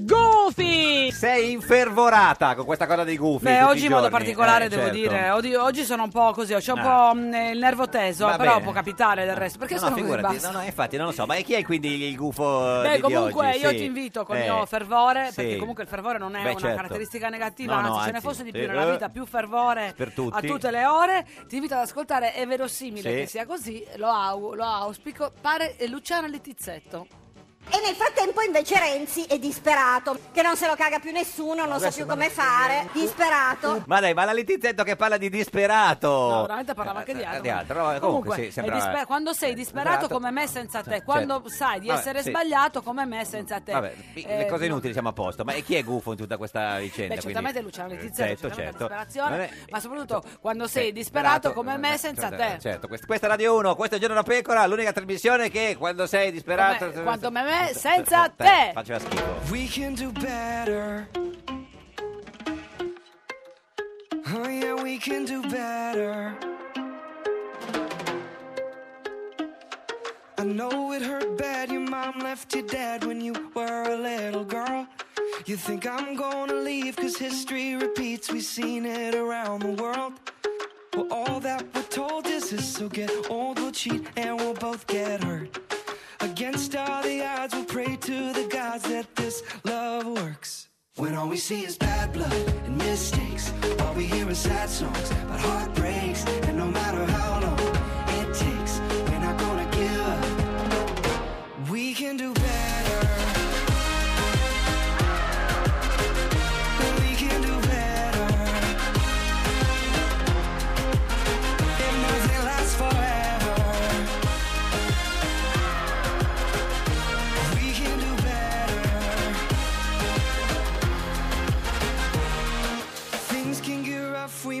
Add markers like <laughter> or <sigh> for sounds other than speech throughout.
Goofy! Sei infervorata con questa cosa dei gufi. Beh, tutti i oggi in modo giorni. particolare Eh, devo certo. dire, oggi, oggi sono un po' così, ho c'ho un Ah. po' mh, il nervo teso, Va però bene. Ah. può capitare del resto, perché no, sono no, così figurati, basta. no, no, infatti non lo so, ma chi è quindi il gufo eh, di- Beh, di comunque oggi? io Sì. ti invito col Eh, mio fervore, perché sì. comunque il fervore non è Beh, una certo. caratteristica negativa, No, no, anzi, ce ne anzi, fosse di sì. più nella Eh. vita, più fervore Per tutti. a tutte le ore. Ti invito ad ascoltare, è verosimile Sì. che sia così, lo, au- lo auspico, pare eh, Luciana Littizzetto. E nel frattempo invece Renzi è disperato, che non se lo caga più nessuno, non sa Adesso più vado come fare, disperato. Ma dai, ma la Littizzetto che parla di disperato. No, veramente parlava anche di altro. Oh. Eh, Di altro, vabbè, comunque, Comunque, sì, è sembra- disper- quando sei disperato disperato, come me senza te, certo. quando sai di Vabbè, essere sì. sbagliato come me senza te. Vabbè, i- le Eh, cose inutili siamo a posto. Ma e chi è gufo in tutta questa vicenda? Beh, quindi? certamente Luciano Letizia, Certo, certamente certo. la disperazione, Non è- ma soprattutto quando sei disperato come me senza certo, te. Certo, quest- questa è Radio 1, questo è Giorno da Pecora, l'unica trasmissione che quando sei disperato... eh, Come- quanto me me senza te. Faceva schifo. We can do better. Oh, yeah, we can do better. I know it hurt bad. Your mom left you dead when you were a little girl. You think I'm gonna leave, cause history repeats. We've seen it around the world. Well, all that we're told is this so get old, we'll cheat, and we'll both get hurt. Against all the odds, we'll pray to the gods that this love works. When all we see is bad blood and mistakes, all we hear is sad songs about heartbreaks, and no matter how long it takes, we're not gonna give up. We can do better. We can do better. If nothing lasts forever. We can do better. Things can get rough, we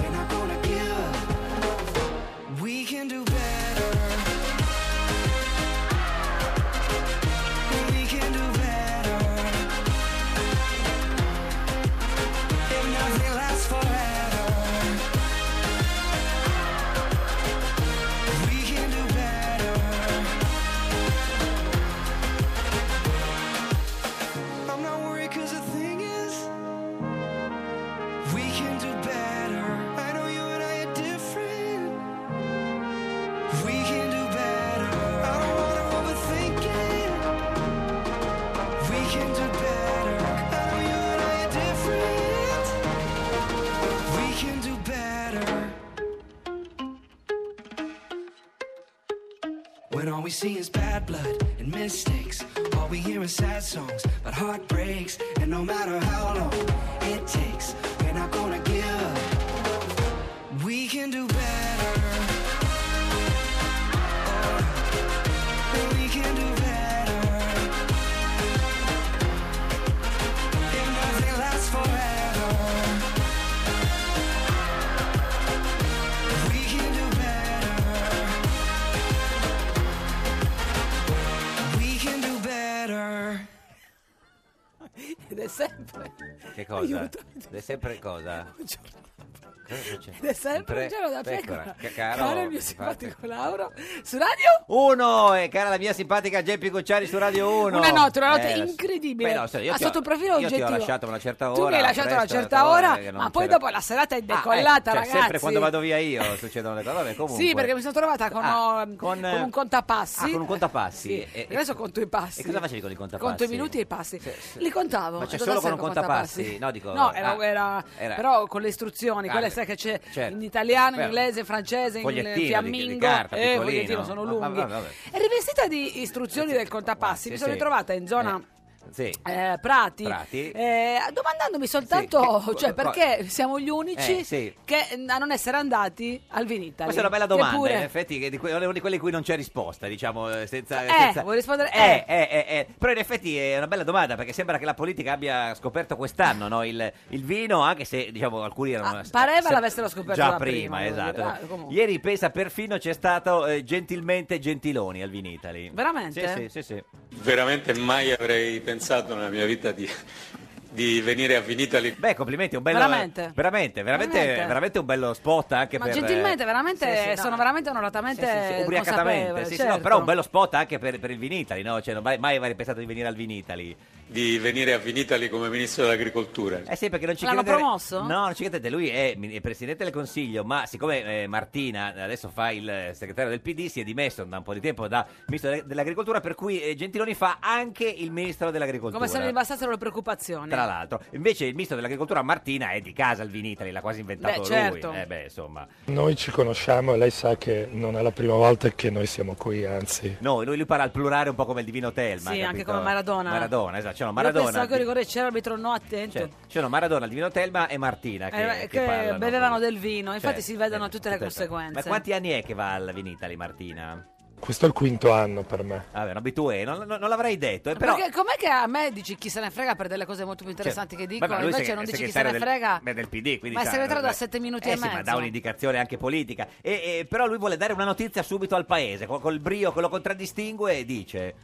we're not gonna give up. We can do better. We can do better. If nothing lasts forever, we can do better. I'm not worried cause the thing is We can do better I know you and I are different We can do better I don't wanna overthink it We can do better I know you and I are different We can do better When all we see is bad blood and mistakes, all we hear is sad songs about heartbreaks, and no matter how long it takes, we're not gonna give up. We can do better. Oh, we can do better. If nothing lasts forever, we can do better. We can do better. Ed è sempre Che cosa? Aiuto. È sempre cosa? Cosa succede? Ed è sempre un giorno da Pecora. pecora. Che Caro, caro, il mio infatti. simpatico Lauro. Su radio? Uno, e cara la mia simpatica Geppi Cucciari su Radio 1. Una notte, una notte Eh, lo so. incredibile. Beh, no, se- io Ah, ti ho- sotto il profilo io oggettivo. ti ho lasciato una certa ora. tu mi hai lasciato una presto, eh, certa ora, che non ma poi c'era- dopo la serata è Ah, ecco, decollata, cioè, ragazzi. sempre quando vado via io succedono le cose. Vabbè, comunque. Sì, perché mi sono trovata con, Ah, ehm, con, con un eh, contapassi. Ah, con un contapassi. Sì, E- e- perché adesso conto i passi. e cosa facevi con i contapassi? Conto i minuti e i passi. Li contavo. Ma c'è E cosa solo serve con un contapassi? No, dico- No, era, ah, era- era- però con le traduzioni, Ah, quelle beh, sai che c'è certo. eh, in italiano, in Certo. inglese, francese, in Fogliettino di- di fiammingo, carta, eh, piccolino. Ah, fogliettino sono Ma- lunghi. ma- ma- vabbè. E rivestita di istruzioni del contapassi, Sì, mi sono sì. ritrovata in zona Sì. eh, Prati, Prati. eh, domandandomi soltanto che- co- <laughs> cioè, perché siamo gli unici Eh, sì. che, mm, a non essere andati al Vinitaly. Questa è una bella domanda, eh. Eppure- in effetti, che di que- una di quelle in cui non c'è risposta, diciamo, eh, senza... Eh, senza- vuoi rispondere? Eh, eh, eh, eh. Però in effetti è una bella domanda, perché sembra che la politica abbia scoperto quest'anno no, il, il vino, anche se, diciamo, alcuni erano... Ah, pareva se- l'avessero scoperto Già da prima, prima, voglio esatto. dire. Ah, <laughs> comunque. Ieri, pensa, perfino c'è stato eh, gentilmente Gentiloni al Vinitali. Veramente? Sì, sì, sì, sì. Veramente mai avrei pensato nella mia vita di, di venire a Vinitali. Beh, complimenti, un bello... Veramente? Veramente, veramente, Veramente? veramente un bello spot anche Ma per... eh, gentilmente, veramente, sì, sì, no. sono veramente onoratamente Sì, consapevole, ubriacatamente, sì, sì, no, certo. però un bello spot anche per, per il Vinitali, no? Cioè, non mai, mai avrei pensato di venire al Vinitali. Di venire a Vinitali come ministro dell'agricoltura. Eh sì, perché non ci L'hanno credete- promosso? No, non ci credete, lui è, mi- è presidente del Consiglio, ma siccome eh, Martina adesso fa il eh, segretario del PD, si è dimesso da un po' di tempo da ministro de- dell'agricoltura, per cui eh, Gentiloni fa anche il ministro dell'agricoltura. certo. Come se non gli bastassero le preoccupazioni. tra l'altro, invece il ministro dell'agricoltura Martina è di casa al Vinitali, l'ha quasi inventato Beh, certo. lui. Eh beh, insomma, Noi ci conosciamo e lei sa che non è la prima volta che noi siamo qui, anzi. no, lui, lui parla al plurale un po' come il divino Telma. Sì, capito? anche come Maradona. Maradona, esatto, c'è no, Io Maradona. pensavo che il rigore c'era arbitro no attento. Cioè, c'erano Maradona, il Divino Telma e Martina che, Eh, che che parlano. bevevano del vino, infatti Cioè, si vedono eh, tutte le Ma conseguenze. quanti anni è che va al Vinitali Martina? Questo è il quinto anno per me. Vabbè, un abitué, non, non- non l'avrei detto, eh, però... Perché com'è che a me dici chi se ne frega per delle cose molto più interessanti Cioè, che dicono, vabbè, lui invece seg- non è dici chi se segretario ne del- frega? beh, del PD, quindi ma è sa- segretariato da vabbè. sette minuti Eh e sì, mezzo. ma dà un'indicazione anche politica. E, e- però lui vuole dare una notizia subito al paese, col, col brio che lo contraddistingue e dice...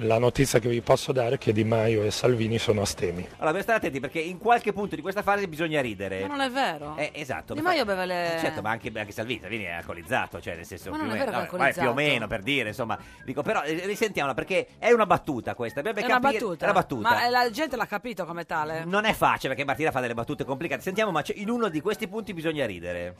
La notizia che vi posso dare è che Di Maio e Salvini sono astemi. Allora, bisogna stare attenti perché in qualche punto di questa fase bisogna ridere. Ma non è vero? Eh, esatto. Di ma- Maio beve le- Eh, Certo, ma anche, anche Salvini, Salvini è alcolizzato, cioè nel senso Ma più o non è meno, vero che è vabbè, più o alcolizzato. meno per dire, insomma, dico però eh, risentiamola perché è una battuta questa, dovrebbe è una capire- battuta. è una battuta. Mm, Ma eh, la gente l'ha capito come tale. Non è facile perché Martina fa delle battute complicate. Sentiamo, ma c'è- in uno di questi punti bisogna ridere.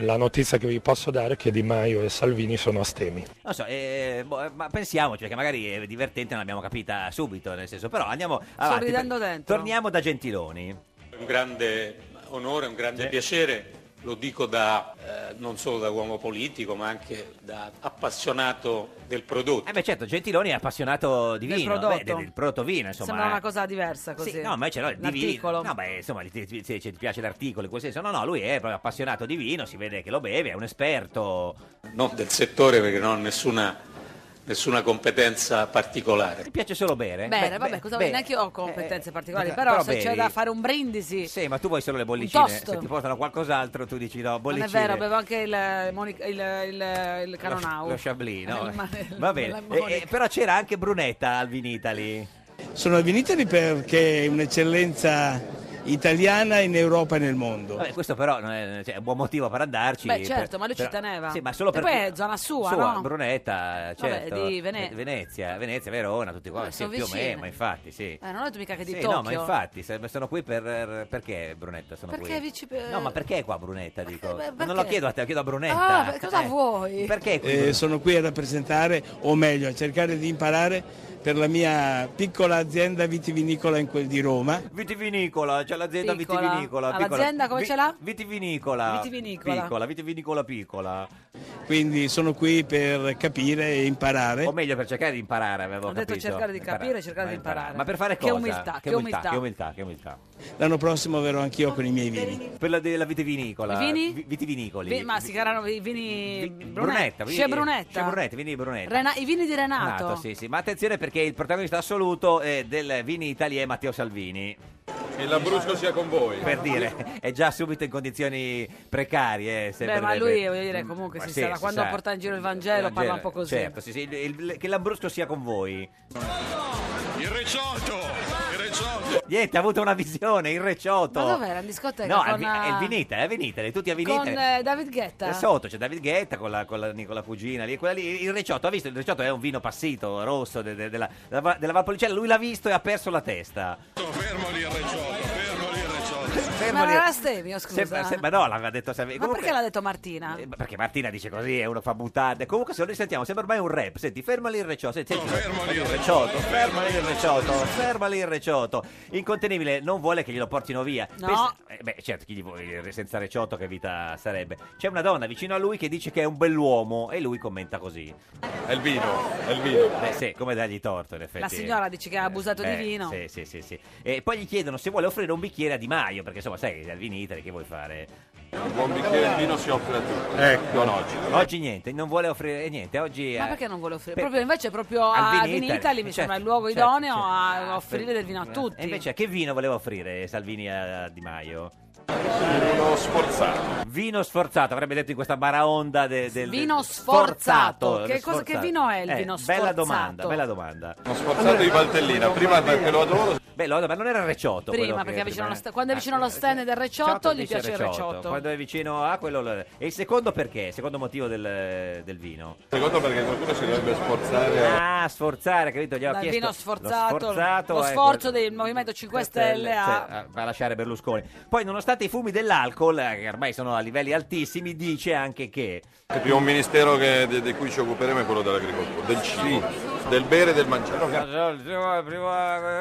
La notizia che vi posso dare è che Di Maio e Salvini sono astemi. Non so, eh, boh, eh, ma pensiamoci perché magari è divertente, non l'abbiamo capita subito, nel senso, però andiamo avanti. ridendo dentro. Torniamo da Gentiloni. È un grande onore, un grande piacere, lo dico da, eh, non solo da uomo politico, ma anche da appassionato del prodotto. Eh beh certo, Gentiloni è appassionato di Del vino, prodotto. beh, del, del prodotto vino, insomma. Sembra una cosa diversa così. Sì, no, ma c'è no, il L'articolo. divino. No, beh, insomma, ti- ti- se ci piace l'articolo in quel senso. No, no, lui è proprio appassionato di vino, si vede che lo beve, è un esperto. Non del settore perché non ho nessuna, nessuna competenza particolare. Ti piace solo bere? Bene, Eh, Beh, vabbè, beh, cosa beh, eh, neanche io ho competenze particolari, però, se c'è bevi. da fare un brindisi. Sì, Eh, ma tu vuoi solo le bollicine. toast. Se ti portano qualcos'altro, tu dici no, Non bollicine. è vero, bevo anche il, Monica- il, il, il Caronau. Lo, lo Chablis, no? Il ma- Va la bene. Monica. Eh, eh, però c'era anche Brunetta al Vinitali. Sono al Vinitali perché è un'eccellenza italiana in Europa e nel mondo. Vabbè, questo però non è, cioè, è un buon motivo per andarci. Beh, certo, Per- ma lui ci però- teneva. Sì, ma solo E per... poi è zona sua, no? Brunetta, certo. di Vene- Eh, Venezia, Venezia, Verona, tutti qua. Vabbè, sì, sono più o vicine. meno, infatti, sì. Eh, non ho detto mica che di sì, Tokyo. no, ma infatti, se- sono qui per... Perché Brunetta sono Perché qui? vici- per- No, ma perché è qua Brunetta, dico? beh, Ma Non lo perché? chiedo a te, lo chiedo a Brunetta. eh. Ah, beh, cosa vuoi? Perché è qui Eh, Brunetta? sono qui a rappresentare, o meglio, a cercare di imparare per la mia piccola azienda vitivinicola in quel di Roma. Vitivinicola, c'è l'azienda Piccola. vitivinicola. Ah, piccola. l'azienda come ce l'ha? Vitivinicola. Vitivinicola. Piccola, vitivinicola piccola. Quindi sono qui per capire e imparare. O meglio, per cercare di imparare, avevo Ho detto capito. cercare di Imparare, capire, cercare ma di imparare. Ma per fare Che cosa? umiltà, che umiltà. Che umiltà, che umiltà. L'anno prossimo verrò anch'io con i miei vini. Per la, della vitivinicola. I vini? Vi- vitivinicoli. Vi- ma si chiamano i vini Vi- Brunetta. vini- C'è Brunetta. C'è Brunetta, vini di Brunetta. Rena- I vini di Renato. Renato, sì, sì. Ma attenzione perché il protagonista assoluto eh, del Vini Italia è Matteo Salvini. Che l'Abruzzo sia con voi. Per dire, è già subito in condizioni precarie. eh, se Beh, per- ma per- Mm, lui, voglio dire, comunque si sa, da quando porta in giro il Vangelo parla un po' così. Certo, sì, sì, il- il- che l'Ambrusco sia con voi. Il Certo. Reciotto! Il Reciotto! Niente, ha avuto una visione, il recioto. Ma dov'era? In discoteca? No, con, al Vi- è il eh, Vinitale, è Vinitale, tutti a Con Vinitale. eh, David Guetta. Là Sotto c'è David Guetta con la, con la Nicola Cugina lì, quella lì, il Reciotto, ha visto? Il Reciotto è un vino passito, rosso, de- de- della, della, Va- della Valpolicella, lui l'ha visto e ha perso la testa. Fermo lì il Reciotto, fermo lì il Reciotto. Fermo Ma lì. era la Stevio, scusa. Sembra, sembra- no, l'aveva detto Saverio. Ma perché l'ha detto Martina? Perché Martina dice così, è uno fa buttate. Comunque se noi sentiamo, sembra ormai un rap. Senti, fermali il recioto. Senti, senti, fermali il recioto. Fermali il recioto. Fermali il recioto. Incontenibile, non vuole che glielo portino via. No. eh, beh, certo, chi gli vuole, senza recioto che vita sarebbe. C'è una donna vicino a lui che dice che è un bell'uomo e lui commenta così. È il vino, è il vino. Beh sì, come dargli torto in effetti. La signora dice che ha abusato Eh, di vino. Sì, sì, sì, sì. E poi gli chiedono se vuole offrire un bicchiere a Di Maio, perché insomma sai che è in Italia, che vuoi fare? Ecco. Un buon bicchiere di vino si offre a tutti. Non oggi. Oggi niente, non vuole offrire eh, niente, oggi è... Ma perché non vuole offrire? Per- Proprio invece proprio Al a Vini Vini Italy, Italy mi certo, sembra il luogo certo, idoneo certo. a offrire del vino a Eh, E tutti. invece che vino voleva offrire Salvini a Di Maio? Vino sforzato. Vino sforzato, avrebbe detto in questa baraonda de- del... Vino del- sforzato. sforzato, Che cosa- che sforzato. vino è il Eh, vino Bella sforzato? domanda, bella domanda. Uno sforzato di Valtellina. Prima perché lo adoro. Beh, lo- ma non era recioto. quello prima, che- perché vicino prima- allo sta- quando è vicino allo stand del Recciotto gli dice piace il recioto. Recciotto. Quando è vicino a quello... lo- E il secondo perché? Il secondo motivo del, del vino? Secondo perché qualcuno si dovrebbe sforzare. a- Ah, sforzare, capito? Gli ho Dal chiesto... vino lo sforzato, sforzato lo è sforzo quel- del Movimento 5 Stelle Stelle, a... cioè, a lasciare Berlusconi. Poi, nonostante i fumi dell'alcol, eh, che ormai sono a livelli altissimi, dice anche che. Il primo ministero che- di, di cui ci occuperemo è quello dell'agricoltura, del cibo, del bere e del mangiare. Comunque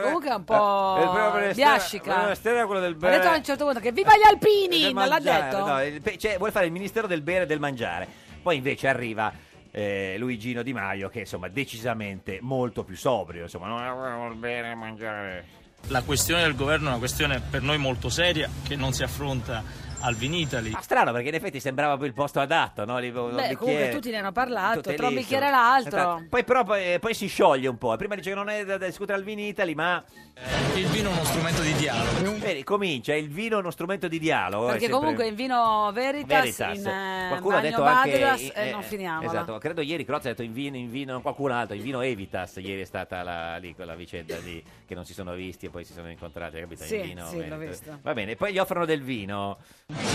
Comunque è un po' Oh, biascica. quello del Ha detto a un certo punto che viva gli alpini! del Non l'ha mangiare, detto? no, il pe- cioè, vuole fare il ministero del bere e del mangiare. Poi invece arriva eh, Luigino Di Maio, che insomma decisamente molto più sobrio. Insomma, non avevo il bere e mangiare. La questione del governo è una questione per noi molto seria che non si affronta al Vinitali. Ma Ah, strano perché in effetti sembrava poi il posto adatto, no? Lì, un Beh, comunque bicchiere. tutti ne hanno parlato, Tutte tra un lì, bicchiere e insomma. l'altro. Esatto. Poi però poi, eh, poi si scioglie un po'. Prima dice che non è da, da discutere al Vinitali, ma Eh, Eh, Il vino è uno strumento di dialogo. vedi, comincia il vino è uno strumento di dialogo. Perché è sempre- comunque in vino Veritas, Veritas. in eh, qualcuno ha Magno detto anche Badedas eh, e eh, non finiamola. Esatto, credo ieri Crozza ha detto in vino, in vino qualcun altro, in vino Evitas, ieri è stata la, lì quella vicenda lì che non si sono visti e poi si sono incontrati, capito? Sì, in vino, sì, l'ho Evitas. visto. Va bene, poi gli offrono del vino.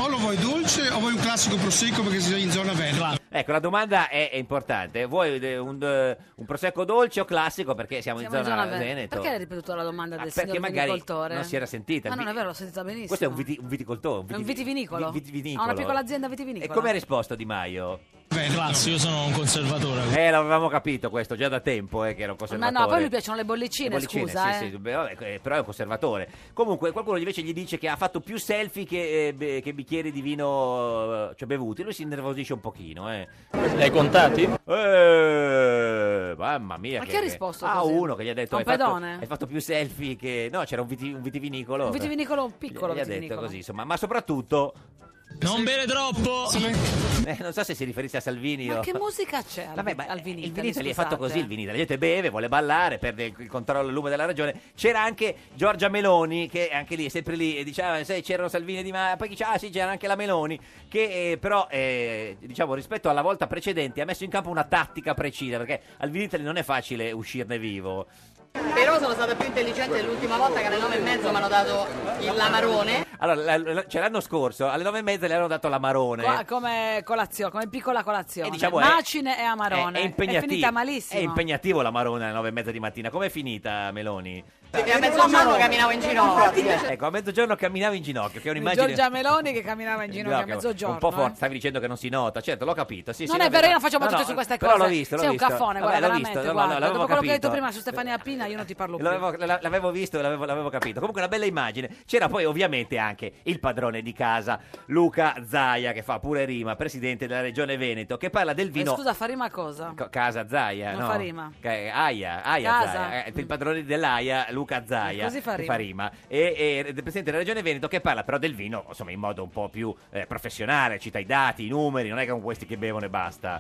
O lo vuoi dolce o vuoi un classico prosecco perché sei in zona verde. Ecco, la domanda è, è importante. Vuoi eh, un, eh, un prosecco dolce o classico? Perché siamo, Siamo in zona, Ver- Veneto. Ah, Perché hai ripetuto la domanda del perché signor magari viticoltore? non si era sentita. Ma non è Vi- vero, l'ho sentita benissimo. Questo è un, viti- un viticoltore. È un vitivinicolo. vi- vitivinicolo. Ha una piccola azienda vitivinicola. E come ha risposto Di Maio? Classico, io sono un conservatore. Eh, l'avevamo capito questo già da tempo, eh, che era un Ma conservatore. no, poi lui piacciono le bollicine, Le bollicine, scusa. sì, eh. sì, beh, vabbè, eh, però è un conservatore. Comunque, qualcuno invece gli dice che ha fatto più selfie che, eh, be- che bicchieri di vino eh, cioè, bevuti. Lui si nervosisce un pochino, eh. Hai contati? Eh, mamma mia. Ma chi ha risposto A così? uno che gli ha detto: Un hai fatto, pedone? hai fatto più selfie che. No, c'era un, viti- un vitivinicolo. Un vitivinicolo, un piccolo Gli ha detto vitivinicolo. così, insomma, ma soprattutto. Non bere troppo! Eh, non so se si riferisse a Salvini Ma o. che musica c'è al, Vabbè, ma al Vinitali? il Vinitali è scusate? fatto così, il Vinitali, la gente beve, vuole ballare, perde il il controllo e il lume della ragione. C'era anche Giorgia Meloni, che è anche lì, è sempre lì, e diceva, "Ah, sai, c'erano Salvini di Ma... Poi diceva, ah sì, c'era anche la Meloni, che eh, però, eh, diciamo, rispetto alla volta precedente ha messo in campo una tattica precisa, perché al Vinitali non è facile uscirne vivo. Però sono stata più intelligente dell'ultima volta che alle 9 e mezzo mi hanno dato il l'amarone. Allora, la- la- cioè, l'anno scorso, alle nove e mezza le hanno dato la Marone. Qua- come colazione, come piccola colazione. E diciamo, è- Macine e amarone. È, è impegnativo. finita malissimo. È impegnativo la Marone alle nove e mezza di mattina. Com'è finita, Meloni? E a mezzogiorno camminavo in ginocchio. Ecco, a mezzogiorno camminavo in ginocchio, che è un'immagine... Giorgia Meloni che camminava in ginocchio a Ginocchio, mezzogiorno. Eh, Un po' eh. forte, stavi dicendo che non si nota, certo, l'ho capito. Sì, sì, non vabbè, è vero, io no. non facciamo No, battute no, su queste però cose. l'ho visto, l'ho Sei un visto. caffone, Vabbè, guarda, l'ho veramente. visto, no, no, guarda. l'avevo Dopo quello che hai capito. detto Eh, prima su Stefania Pina, io non ti parlo più. Eh, L'avevo, la- l'avevo visto, e l'avevo, l'avevo capito. Comunque una bella immagine. C'era poi ovviamente anche il padrone di casa, Luca Zaia, che fa pure rima, presidente della regione Veneto, che parla del Eh, vino... Scusa, fa rima cosa? Co- Casa Zaia, Non no? fa rima. Ca- Aia, Aia Casa. Zaia, eh, il padrone dell'Aia, Luca Zaia, Eh, così fa che rima. E, e il presidente della regione Veneto che parla però del vino, insomma, in modo un po' più eh, professionale, cita i dati, i numeri, non è che con questi che bevono e basta.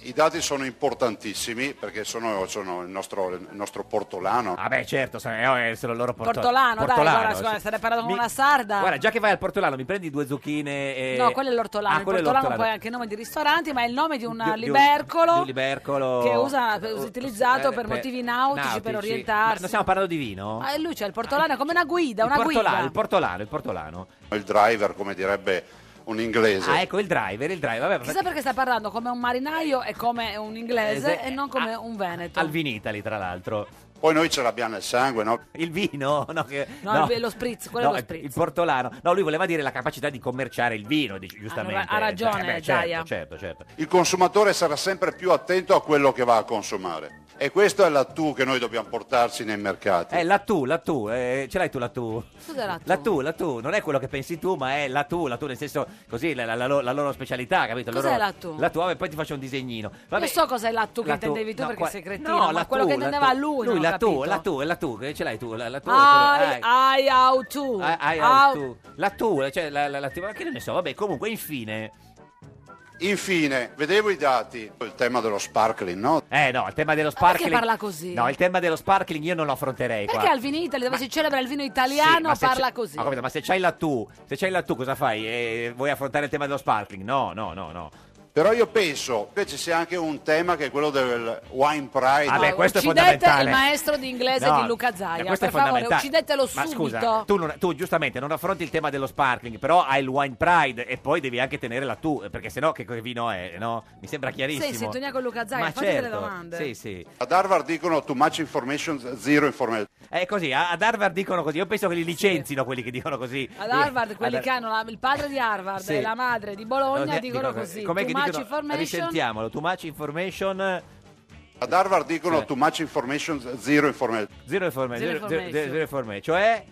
I dati sono importantissimi perché sono, sono il, nostro, il nostro portolano. Ah beh certo, sono, eh, sono il loro porto- Portolano, dai, portolano, guarda, sì. scusa, sarei parlato con Mi- una sarda. Guarda, già che vai al portolano, mi prendi due zucchine e... No, quello è l'ortolano. Ah, il quello è portolano poi l'ortolano. è anche nome di ristoranti, ma è il nome di un Di- di un- libercolo di un libercolo che usa, eh, utilizzato per motivi nautici, per Ma Non orientarsi. stiamo parlando di vino? Ah, e lui c'è il portolano è come una guida, il, una portolano, guida. il portolano, il portolano. Il driver, come direbbe un inglese. Ah, ecco il driver, il driver. Vabbè, Chissà perché sta parlando come un marinaio e come un inglese Eh, e non come un veneto. Al Vinitali, tra l'altro. Poi noi ce l'abbiamo nel sangue, no? Il vino? <laughs> No, che- No, no. il- lo spritz, quello No, è lo spritz. il portolano. No, lui voleva dire la capacità di commerciare il vino, dici- giustamente. ha ragione, Eh, beh, Daia. certo, certo, certo. Il consumatore sarà sempre più attento a quello che va a consumare. E questa è la tu che noi dobbiamo portarci nei mercati. Eh, la tu, la tu, eh, ce l'hai tu la tu? Scusa, la- La tu, la tu, non è quello che pensi tu, ma è la tu, la tu nel senso così, la, la- la lo- la loro specialità, capito? Cos'è Loro- la tu? La tu, vabbè, poi ti faccio un disegnino. Vabbè, Io so cos'è la tu che la tu- intendevi tu no, perché qua- sei cretino, No, ma la quello tu, che la intendeva tu. lui, Lui, non ho la tu, capito. la tu, la tu, che ce l'hai tu, la, la tu. I, eh, I how to. hai, hai, How- tu. La tu, cioè la, la, la tu, ma che ne so, vabbè, comunque infine. Infine, vedevo i dati. Il tema dello sparkling, no? Eh no, il tema dello Perché sparkling. parla così? No, il tema dello sparkling io non lo affronterei Perché qua. al Vino Italy, dove si celebra il vino Sì, italiano, ma se parla c'è- così. Ho capito, ma se c'hai la tu, se c'hai la tu, cosa fai? Eh, vuoi affrontare il tema dello sparkling? No, no, no, no. Però io penso che ci sia anche un tema che è quello del wine pride. Vabbè, No, Ah, questo è uccidete fondamentale. il maestro di inglese No, di Luca Zaia. ma questo Per è favore, fondamentale. uccidetelo ma subito. scusa, tu, non- tu giustamente non affronti il tema dello sparkling, però hai il wine pride e poi devi anche tenere la tu, perché sennò che che vino è, no? Mi sembra Sei in chiarissimo. sintonia con Luca Zaia, ma fatti certo, delle domande. Sì, sì. Ad Harvard dicono too much information, zero information. È così, a- ad Harvard dicono così, io penso che li licenzino quelli che dicono così. Ad Harvard, quelli Ad- che hanno la- il padre di Harvard Sì. e la madre di Bologna No, dicono così. Com'è Too che much dicono? information. Risentiamolo, too much information... Ad Harvard dicono too much information, zero information. Zero information. Zero Zero, zero- information. zero information. Cioè?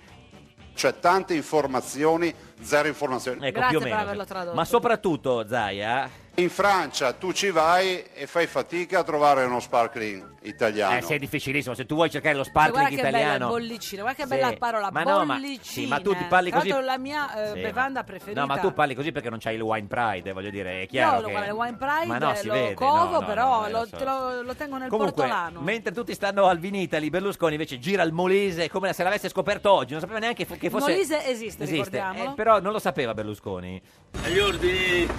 Cioè tante informazioni, zero informazioni. Ecco, più o meno. Ma soprattutto, eh? Zaia, In Francia tu ci vai e fai fatica a trovare uno sparkling italiano. eh, sì, è difficilissimo. Se tu vuoi cercare lo Ma Guarda sparkling che bello italiano... il bollicino, guarda che Sì. bella parola, Ma no, ma- bollicino. sì, ma tu ti parli così- Tra l'altro la mia eh, Sì, ma- bevanda preferita. No, ma tu parli così perché non c'hai il wine pride, eh, voglio dire, è chiaro Io lo che... guarda, il wine pride Ma no, si lo vede, covo, no, no, però no, eh, lo, lo so. te lo- lo tengo nel Comunque, portolano. mentre tutti stanno al Vinitali, Berlusconi invece gira il Molise come se l'avesse scoperto oggi, non sapeva neanche che Il fosse... Molise esiste, ricordiamolo. eh, però non lo sapeva Berlusconi. Agli <laughs> ordini.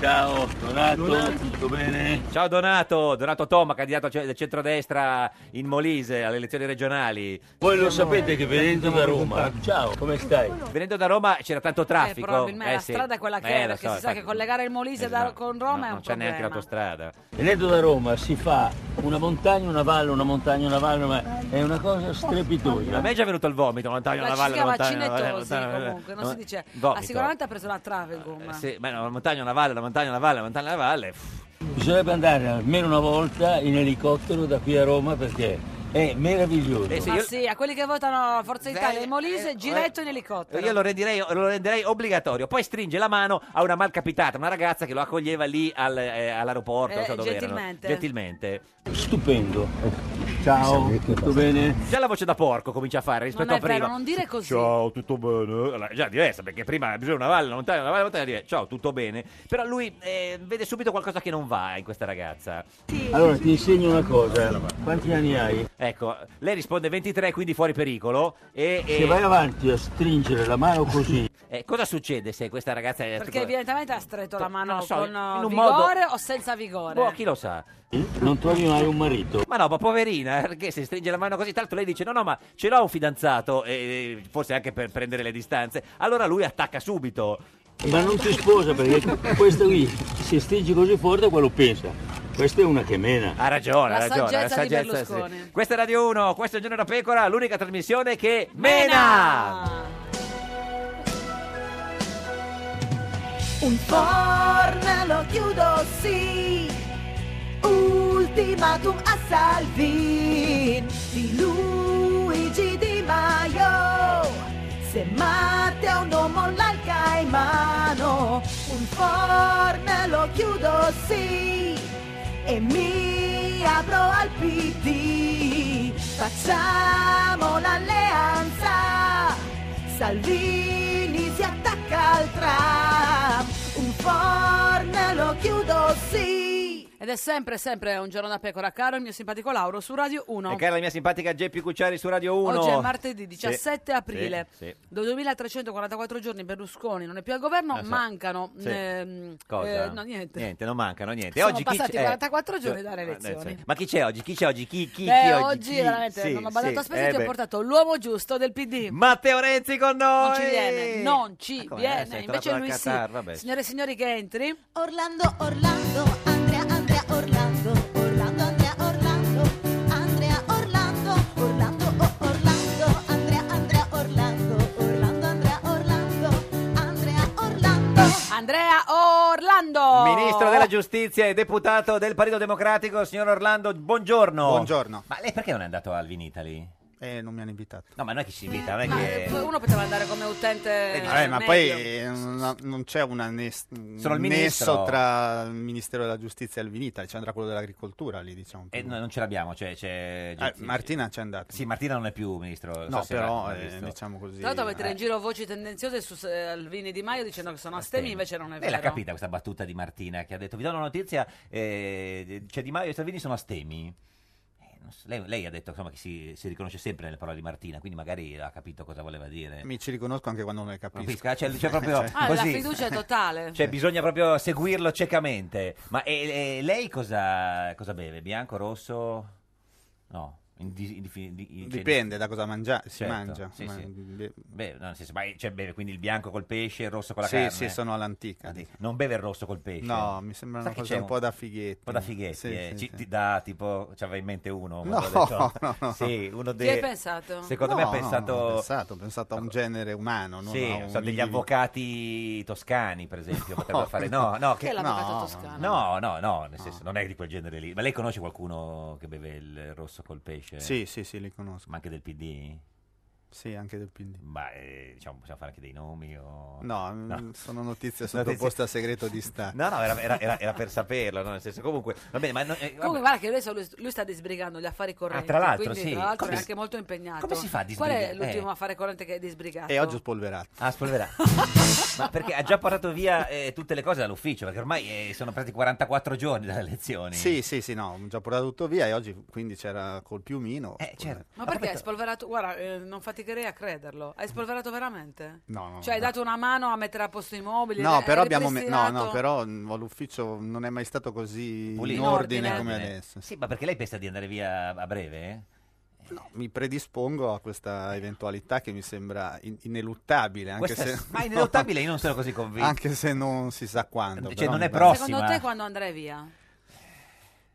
Ciao, Donato, tutto bene? Ciao Donato, Donato Toma, candidato al ce- del centrodestra in Molise alle elezioni regionali. Voi lo sapete che venendo da Roma, ciao, come stai? Venendo da Roma c'era tanto Eh, traffico. probabilmente Eh, la sì. strada è quella che Eh, è, lo perché so, si sa che infatti. Eh, collegare il Molise da- no, con Roma è un Non c'è neanche problema. l'autostrada. Venendo da Roma si fa una montagna, una valle, una montagna, una valle, ma è una cosa strepitosa. A me è già venuto il vomito, non taglio La una ci valle, si chiama non taglio una valle, cinetosi, non taglio- comunque, non no, si dice. vomito. Eh, Ah, sicuramente ha preso la Travelgum. Sì, ma no, una montagna, una valle, una montagna, una valle, una montagna, una valle. pff. Bisognerebbe andare almeno una volta in elicottero da qui a Roma perché è meraviglioso. Eh Ma sì, a quelli che votano Forza Italia e Molise, giretto in elicottero. eh, Io lo renderei, lo renderei obbligatorio. Poi stringe la mano a una malcapitata, una ragazza che lo accoglieva lì al- eh, all'aeroporto. non so Eh, dove erano. gentilmente. Gentilmente. Stupendo. Ciao, tutto bene? Già la voce da porco comincia a fare rispetto Non è a prima. vero, non dire così. Ciao, tutto bene. Allora, è già diversa perché prima bisogna una valle, una montagna, una valle, una montagna dire ciao, tutto bene. Però lui eh, vede subito qualcosa che non va in questa ragazza. Allora ti insegno una cosa, quanti anni hai? Ecco, lei risponde 23, quindi fuori pericolo. E, e- Se vai avanti a stringere la mano così, eh, cosa succede se questa ragazza è Perché evidentemente ha stretto la mano lo so, con in un eh, modo- vigore o senza vigore. Boh, chi lo sa? non trovi mai un marito. Ma no, ma poverina, eh, perché se stringe la mano così, tanto lei dice no, no, ma ce l'ho un fidanzato, e, e forse anche per prendere le distanze. Allora lui attacca subito. Ma non ti sposa <laughs> perché questo qui, se stringi così forte, quello pensa. Questa è una che mena. Ha ragione, ha La ragione. saggezza di sì. Berlusconi. Questa è Radio 1, questo è Il Giorno da Pecora, l'unica trasmissione che mena! Un forno lo chiudo sì, ultimatum a Salvin, di Luigi Di Maio, se Matteo non molla il caimano, un forno lo chiudo sì, e mi apro al PD, facciamo l'alleanza. Salvini si attacca al tram, un forno lo chiudo sì. Ed è sempre, sempre un giorno da pecora, caro il mio simpatico Lauro, su Radio 1. E cara la mia simpatica Geppi Cucciari su Radio 1. Oggi è martedì 17 Sì, aprile. sì, sì. Da 2344 giorni Berlusconi non è più al governo, Ah, so. mancano. Sì. ehm, Cosa? eh, no, niente. Niente, non mancano niente. Sono oggi passati chi c'è? 44 giorni Eh, dalle elezioni. Ma chi c'è oggi? Chi c'è oggi? Chi, chi, Beh, chi oggi? oggi Chi? veramente Sì, non ho mandato sì, a spese, eh ti ho beh. portato l'uomo giusto del PD. Matteo Renzi con noi! Non ci viene, non ci Ma come, eh, adesso viene. è Invece entrato lui dal sì. Qatar, vabbè. Signore e signori che entri. Orlando, Orlando, Andrea, Andrea, Orlando, Orlando, Andrea, Orlando, Andrea, Orlando, Andrea Orlando. Ministro della Giustizia e deputato del Partito Democratico, signor Orlando, buongiorno. Buongiorno. Ma lei perché non è andato al Vinitaly? Eh, non mi hanno invitato. No, ma non è che ci invita, non è Eh, che... Uno poteva andare come utente. Vabbè, ma medio. poi eh, non, non c'è un annes- Solo il un ministro. nesso tra il Ministero della Giustizia e il Vinita, c'è andrà quello dell'agricoltura lì, diciamo. Eh, no, non ce l'abbiamo, cioè c'è... Eh, Martina c'è andata. Sì, Martina non è più ministro. No, però, eh, diciamo così... eh, Tra l'altro mettere in giro voci tendenziose su eh, Alvini Di Maio dicendo che sono astemi, invece non è Lei vero. l'ha capita questa battuta di Martina che ha detto: Vi do una notizia, eh, cioè Di Maio e Salvini sono astemi. Eh, non so, lei, lei ha detto insomma, che si, si riconosce sempre nelle parole di Martina, quindi magari ha capito cosa voleva dire. Mi ci riconosco anche quando non le capisco. Capisca, <laughs> cioè, cioè proprio Ah, la così. fiducia è totale. <laughs> Cioè, bisogna proprio seguirlo ciecamente. Ma e- e lei cosa, cosa beve? Bianco, rosso? No. Indi- indifi- indi- cioè- Dipende da cosa mangia- si Certo, mangia. sì, Ma- sì. be- Beh, no, nel senso, ma- cioè, beve quindi il bianco col pesce, il rosso con la Sì, carne. sì, sono all'antica. Antica. Non beve il rosso col pesce. No, mi sembra una Sai che cosa c'è un po' da fighetti. Un po' da fighetti, Sì, eh. sì, Ci- sì. ti dà tipo, c'aveva in mente uno. No, quando ho detto- <laughs> no, no. Sì, uno dei... Chi hai pensato? Secondo me No, ha no, pensato... non ho pensato, ho pensato a un genere umano. non sì, a non un Oh, so, degli individuo. avvocati toscani, per esempio, potrebbero fare. No, no, Chi è l'avvocato No, toscano? No, no, no, nel senso, non è di quel genere lì. Ma lei conosce qualcuno che beve il rosso col pesce? Sì, sì, sì, li conosco. Ma anche del PD? Sì, anche del PD. Ma eh, diciamo, possiamo fare anche dei nomi? O... No, mm, <laughs> sono notizie Notizie- sottoposte a segreto di Stato. No, no, era, era- era- era per saperlo, no? nel senso, comunque, va bene, ma no, eh, vabbè. Ah, Comunque, guarda che adesso lui, lui sta disbrigando gli affari correnti. tra l'altro, quindi, sì. tra l'altro Come è si- anche molto impegnato. come si fa a Qual è disbrigare? l'ultimo Eh. affare corrente che hai disbrigato? E oggi ho spolverato. Ah, spolverà. <laughs> Ma perché ha già portato via eh, tutte le cose dall'ufficio? Perché ormai eh, sono passati 44 giorni dalle elezioni. Sì, sì, sì, no, ho già portato tutto via e oggi quindi c'era col piumino. Eh, certo. Ma perché hai spolverato? Guarda, eh, non faticherei a crederlo. Hai spolverato veramente? No, no, Cioè, hai no. dato una mano a mettere a posto i mobili? No, hai però abbiamo me- no, ripristinato- no, però mm, l'ufficio non è mai stato così Pulito. in ordine come adesso. Sì, ma perché lei pensa di andare via a breve? eh? Mi predispongo a questa eventualità che mi sembra in- ineluttabile, anche Questa- <laughs> se Ma è ineluttabile, io non sono così convinto. anche se non si sa quando. Cioè, però non mi è pare- Secondo te quando andrai via?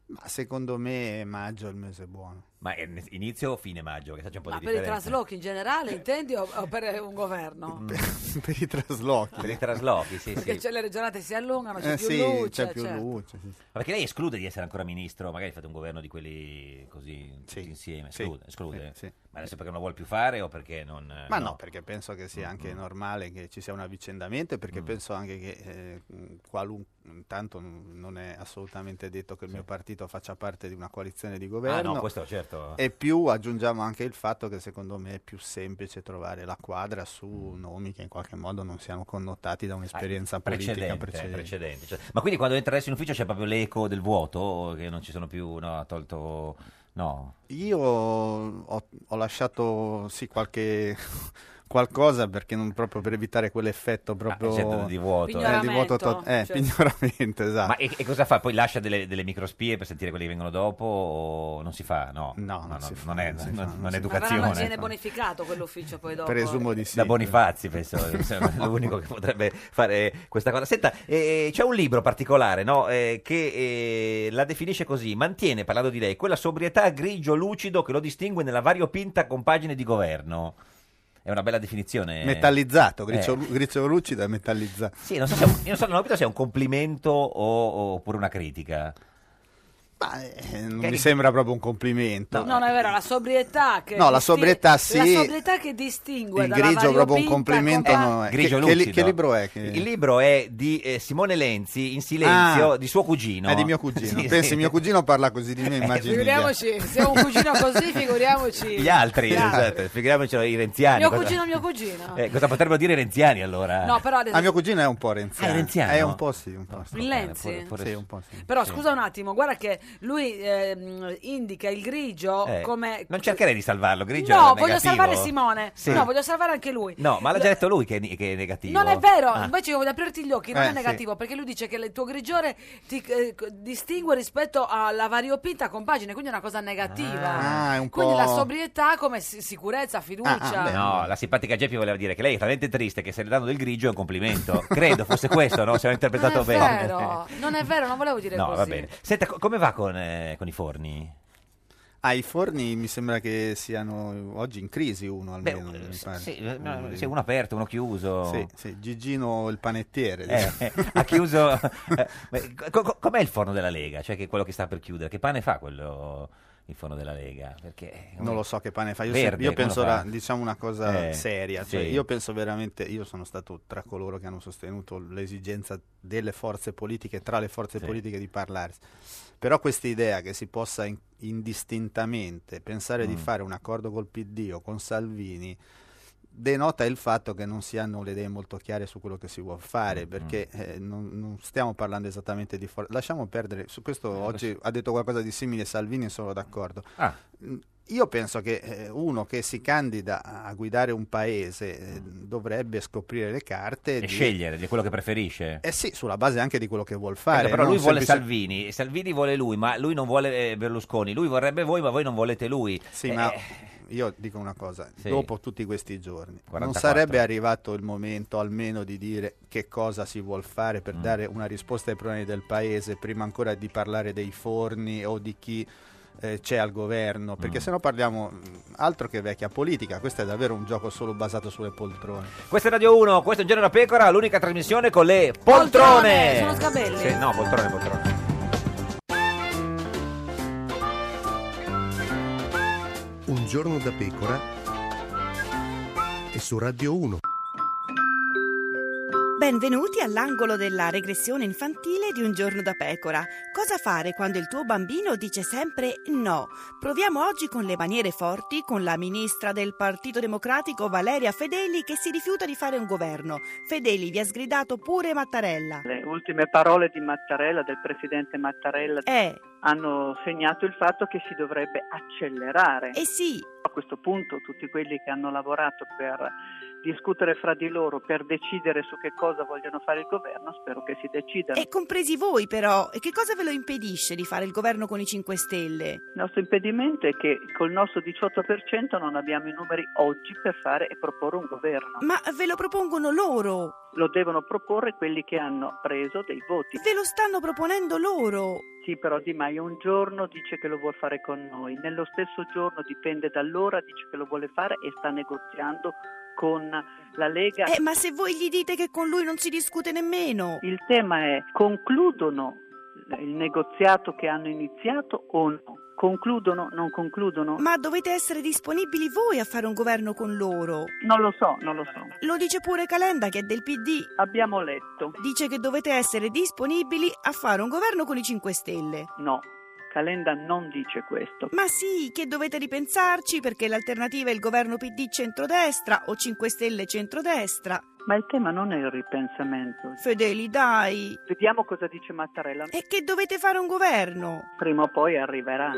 Ma secondo me maggio è il mese buono. Ma è inizio o fine maggio? Perché c'è un po' Ma di per i differenza. traslochi in generale, intendi? O, o per un <laughs> governo? per i traslochi. Per i traslochi, sì, Perché sì. cioè, le giornate si allungano, c'è Eh, più sì, luce. c'è più certo. luce. sì. Ma perché lei esclude di essere ancora ministro? Magari fate un governo di quelli così tutti insieme. sì, Esclude, esclude. sì, sì. Ma adesso perché non lo vuole più fare o perché non. eh, Ma no. perché penso che sia anche Mm. normale che ci sia un avvicendamento e perché penso anche che eh, mh, qualun- tanto n- non è assolutamente detto che il mio partito faccia parte di una coalizione di governo. Ah, no, questo certo. E più aggiungiamo anche il fatto che secondo me è più semplice trovare la quadra su Mm. nomi che in qualche modo non siano connotati da un'esperienza politica precedente, precedente. precedente, cioè- ma quindi quando entra adesso in ufficio c'è proprio l'eco del vuoto o che non ci sono più no ha tolto no Io ho, ho lasciato sì qualche <laughs> qualcosa perché non proprio per evitare quell'effetto proprio certo, di vuoto. Boh. eh, di vuoto to- Pignoramento, eh, cioè. pignoramento, <laughs> esatto. ma e, e cosa fa poi lascia delle, delle microspie per sentire quelli che vengono dopo o non si fa no no, no, non è non, non è Ma verrà educazione ecco. viene bonificato quell'ufficio poi dopo. eh. di sì da Bonifazi penso <laughs> mi <laughs> sembra l'unico che potrebbe fare questa cosa senta eh, c'è un libro particolare no, eh, che eh, la definisce così mantiene parlando di lei quella sobrietà grigio lucido che lo distingue nella variopinta compagine di governo è una bella definizione Metallizzato, grigio, Eh. grigio lucido e metallizzato. Sì, non so, se è un- io non, so, non ho capito se è un complimento o- oppure una critica. Eh, non mi sembra proprio un complimento. No, non è vero, la sobrietà che No, la disti- sobrietà sì. La sobrietà che distingue Il dalla grigio proprio un variopinta complimento compa- no, eh. Grigio che, che li- lucido. che libro è? Che- Il libro è di eh, Simone Lenzi, in silenzio, Ah, di suo cugino. È di mio <laughs> cugino. Sì, Pensi, sì. mio cugino parla così di <laughs> me, Eh, immagini. Eh, Figuriamoci, siamo un cugino così, figuriamoci. Gli altri, Gli altri. esatto, figuriamoci i renziani. Mio cosa- cugino, mio cugino. eh, cosa potrebbero dire i renziani allora? No, però adesso- Ah, mio cugino è un po' renziano. Ah, è renziano? Eh, È un po' sì, un po' sì. Il Lenzi? Pure- pure- Sì, un po' sì. Però Sì. scusa un attimo, guarda che lui ehm, indica il grigio Eh, come... Non cercherei di salvarlo, Grigio. No, era voglio negativo. salvare Simone. Sì. No, voglio salvare anche lui. No, ma l'ha Lo- già detto lui che è, ni- che è negativo. Non è vero, Ah. invece io voglio aprirti gli occhi, non Eh, è negativo, perché lui dice che il tuo grigiore ti eh, distingue rispetto alla variopinta compagine, quindi è una cosa negativa. Ah, è un po'- Ah, Quindi la sobrietà come si- sicurezza, Ah, fiducia. no, la simpatica Geppi voleva dire che lei è talmente triste che se le danno del grigio è un complimento. Credo fosse questo, no? Se l'ho non interpretato è bene. <laughs> vero, non è vero, non volevo dire No, così. va bene. Senta, co- come va con, eh, con i forni? Ah, i forni mi sembra che siano oggi in crisi uno almeno. mi pare. sì, eh, no, dei- sì, uno aperto, uno chiuso. Sì, sì, Gigino il panettiere. diciamo. Eh, eh, ha chiuso. <laughs> eh, ma co- co- com'è il forno della Lega? Cioè, che quello che sta per chiudere, che pane fa quello il forno della Lega? Perché Non lo so che pane fa, io, se- Verde, io come penso lo fa? ra- diciamo una cosa Eh, seria, cioè, sì. io penso veramente, io sono stato tra coloro che hanno sostenuto l'esigenza delle forze politiche, tra le forze Sì. politiche di parlarsi, però questa idea che si possa in- indistintamente pensare di Mm. fare un accordo col PD o con Salvini denota il fatto che non si hanno le idee molto chiare su quello che si vuole Mm, fare, perché eh, non, non stiamo parlando esattamente di for- Lasciamo perdere, su questo Eh, oggi ha detto qualcosa di simile Salvini, sono d'accordo. Ah. Mm, Io penso che eh, uno che si candida a guidare un paese eh, dovrebbe scoprire le carte Mm. E di- scegliere di quello che preferisce. Eh sì, sulla base anche di quello che vuol fare. Certo, però non lui vuole semplice- Salvini, e Salvini vuole lui, ma lui non vuole eh, Berlusconi. Lui vorrebbe voi, ma voi non volete lui. Eh, Sì, ma io dico una cosa, Sì. dopo tutti questi giorni, 44. non sarebbe arrivato il momento almeno di dire che cosa si vuol fare Mm. per dare una risposta ai problemi del paese, prima ancora di parlare dei forni o di chi eh, c'è al governo, Mm. perché se no parliamo mh, altro che vecchia politica, questo è davvero un gioco solo basato sulle poltrone. Questa è Radio 1, questo è Un Giorno da Pecora, l'unica trasmissione con le poltrone. Poltrone, sono sgabelli. Sì, no, poltrone, poltrone. Un giorno da pecora e su Radio 1. Benvenuti all'angolo della regressione infantile di un giorno da pecora. Cosa fare quando il tuo bambino dice sempre no? Proviamo oggi con le maniere forti con la ministra del Partito Democratico Valeria Fedeli che si rifiuta di fare un governo. Fedeli vi ha sgridato pure Mattarella. Le ultime parole di Mattarella, del presidente Mattarella, Eh. hanno segnato il fatto che si dovrebbe accelerare. Eh sì. A questo punto tutti quelli che hanno lavorato per discutere fra di loro, per decidere su che cosa vogliono fare il governo, spero che si decidano. E compresi voi però, e che cosa ve lo impedisce di fare il governo con i 5 Stelle? Il nostro impedimento è che col nostro 18% non abbiamo i numeri oggi per fare e proporre un governo. Ma ve lo propongono loro, Lo devono proporre quelli che hanno preso dei voti. ve lo stanno proponendo loro. Sì, però Di Maio un giorno dice che lo vuol fare con noi, nello stesso giorno dipende dall'ora, dice che lo vuole fare e sta negoziando con la Lega. Eh, ma se voi gli dite che con lui non si discute nemmeno. Il tema è concludono il negoziato che hanno iniziato o no? Concludono, non concludono? Ma dovete essere disponibili voi a fare un governo con loro. Non lo so, non lo so. Lo dice pure Calenda che è del PD. Abbiamo letto. Dice che dovete essere disponibili a fare un governo con i 5 Stelle. No, Calenda non dice questo. Ma sì, che dovete ripensarci perché l'alternativa è il governo PD centrodestra o 5 Stelle centrodestra. Ma il tema non è il ripensamento. Fedeli, dai. Vediamo cosa dice Mattarella. E che dovete fare un governo. Prima o poi arriverà.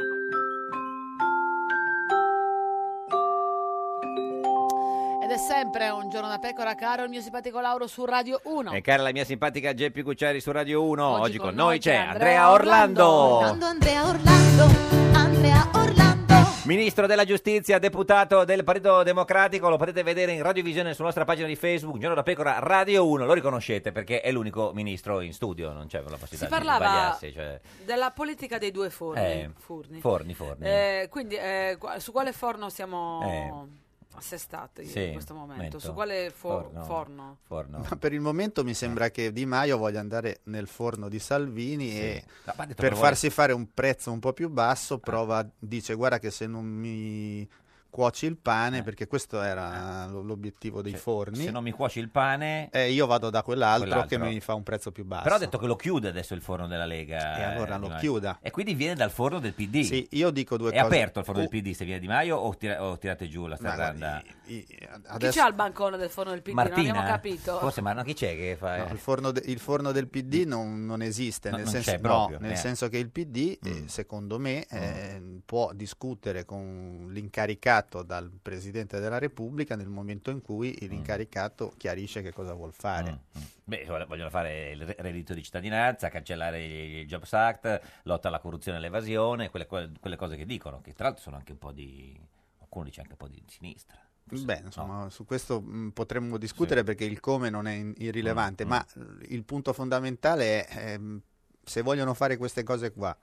Ed è sempre un giorno da pecora, caro il mio simpatico Lauro su Radio 1. E cara la mia simpatica Geppi Cucciari su Radio 1, oggi, con, noi, noi c'è c'è Andrea Orlando. Andrea Orlando, Andrea Orlando. Ministro della Giustizia, deputato del Partito Democratico, lo potete vedere in radiovisione sulla nostra pagina di Facebook, Giorno da Pecora Radio 1, lo riconoscete perché è l'unico ministro in studio, non c'è la possibilità Si di parlava- sbagliarsi. Cioè... Della politica dei due forni. Eh, forni. forni, forni. Eh, quindi eh, qua- su quale forno siamo assestati Sì, in questo momento? momento. Su quale for- forno? Ma per il momento mi Eh. sembra che Di Maio voglia andare nel forno di Salvini e No, ma ha detto che per vuole- Eh. farsi fare un prezzo un po' più basso prova, dice guarda che se non mi cuoci il pane, perché questo era lo- l'obiettivo dei forni. Eh. se non mi cuoci il pane... eh, io vado da quell'altro, Quell'altro. che mi fa un prezzo più basso. Però ha detto che lo chiude adesso il forno della Lega. E allora eh, lo Di Maio. chiuda. E quindi viene dal forno del PD. Sì, io dico due È cose. aperto il forno U- del PD se viene Di Maio o, tira- o tirate giù la Ma stagione? Chi c'è al bancone del forno del PD? non abbiamo capito. eh? Forse, ma no, chi c'è che fa? No, il, forno de- il forno del PD non, non esiste, Eh. Mm. No, nel, non senso, c'è no, proprio, eh. Mm. nel neanche. senso che il PD, eh, secondo me, eh, può discutere con l'incaricato dal Presidente della Repubblica nel momento in cui Mm. l'incaricato chiarisce che cosa vuol fare. Beh, insomma, vogliono fare il re- reddito di cittadinanza, cancellare il Jobs Act, lotta alla corruzione e all'evasione, quelle, quelle- quelle cose che dicono, che tra l'altro sono anche un po' di... qualcuno dice anche un po' di sinistra. Beh, insomma, su questo mh, potremmo discutere perché il come non è in- irrilevante, Mm, ma eh, il punto fondamentale è Mm. ehm, se vogliono fare queste cose qua,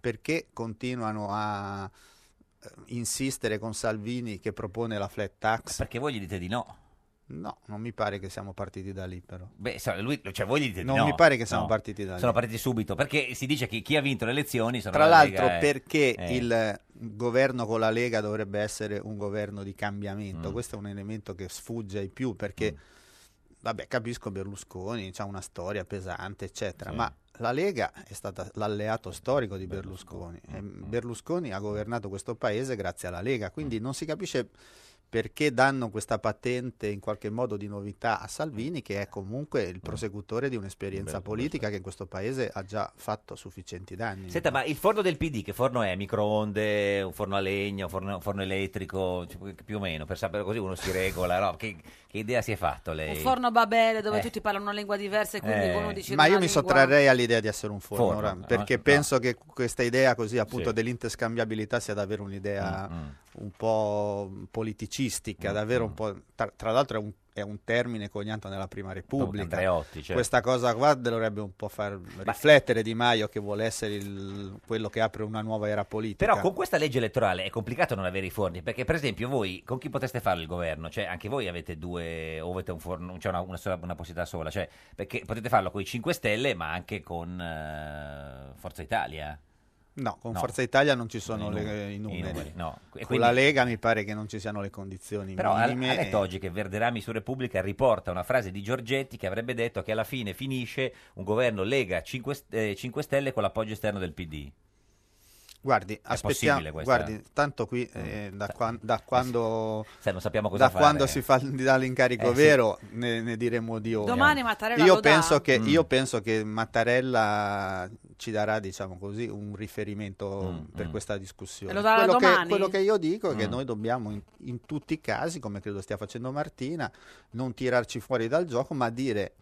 perché continuano a eh, insistere con Salvini che propone la flat tax. Perché voi gli dite di no. No, non mi pare che siamo partiti da lì però. Beh, so, lui, cioè voi gli dite di Non no. mi pare che siamo No. partiti da lì. Sono partiti subito, perché si dice che chi ha vinto le elezioni sono Tra la l'altro Lega e- perché eh. il governo con la Lega dovrebbe essere un governo di cambiamento, Mm. questo è un elemento che sfugge ai più perché, vabbè, capisco Berlusconi, c'ha una storia pesante, eccetera, Sì. ma la Lega è stata l'alleato storico di Berlusconi. e Mm, Berlusconi ha governato questo paese grazie alla Lega, quindi Mm. non si capisce perché danno questa patente in qualche modo di novità a Salvini, che è comunque Mm. il prosecutore di un'esperienza Beh, politica che in questo paese ha già fatto sufficienti danni. Senta, ma il forno del PD che forno è? Microonde, un forno a legna, un forno, forno elettrico, Cioè, più o meno, per sapere così uno si regola. no? Che, che idea si è fatto lei? Un forno a Babele dove Eh. tutti parlano una lingua diversa e quindi Eh, uno dice ma una io mi lingua. sottrarrei all'idea di essere un forno, Forno, ora, no? perché No. penso che questa idea così appunto Sì. dell'interscambiabilità sia davvero un'idea Mm, mm. un po' politicistica, davvero un po' tra, tra l'altro è un, è un termine coniato nella Boh, prima repubblica. Andreotti, certo. Questa cosa qua dovrebbe un po' far riflettere Di Maio che vuole essere il- quello che apre una nuova era politica. Però con questa legge elettorale è complicato non avere i forni, perché per esempio voi con chi potreste fare il governo? Cioè anche voi avete due, o avete un forno, c'è una, una sola- una possibilità sola, cioè perché potete farlo con i 5 Stelle ma anche con eh, Forza Italia. No, con No. Forza Italia non ci sono I le- numeri, i i numeri. numeri, no. E Con quindi- la Lega mi pare che non ci siano le condizioni Però ha, ha minime. letto e- oggi che Verderami su Repubblica riporta una frase di Giorgetti che avrebbe detto che alla fine finisce un governo Lega 5, Stelle con l'appoggio esterno del PD. Guardi, possibile aspettiamo, questa? Mm. guardi, tanto qui eh, da, quan- da quando, sai, non sappiamo cosa da fare. quando si fa, dà l'incarico Eh, sì. vero ne, ne diremo di ora. Domani Mattarella io lo dà? penso, che, Mm. io penso che Mattarella ci darà, diciamo così, un riferimento per questa discussione. E lo darà quello, che, domani? quello che io dico è che Mm. noi dobbiamo in, in tutti i casi, come credo stia facendo Martina, non tirarci fuori dal gioco, ma dire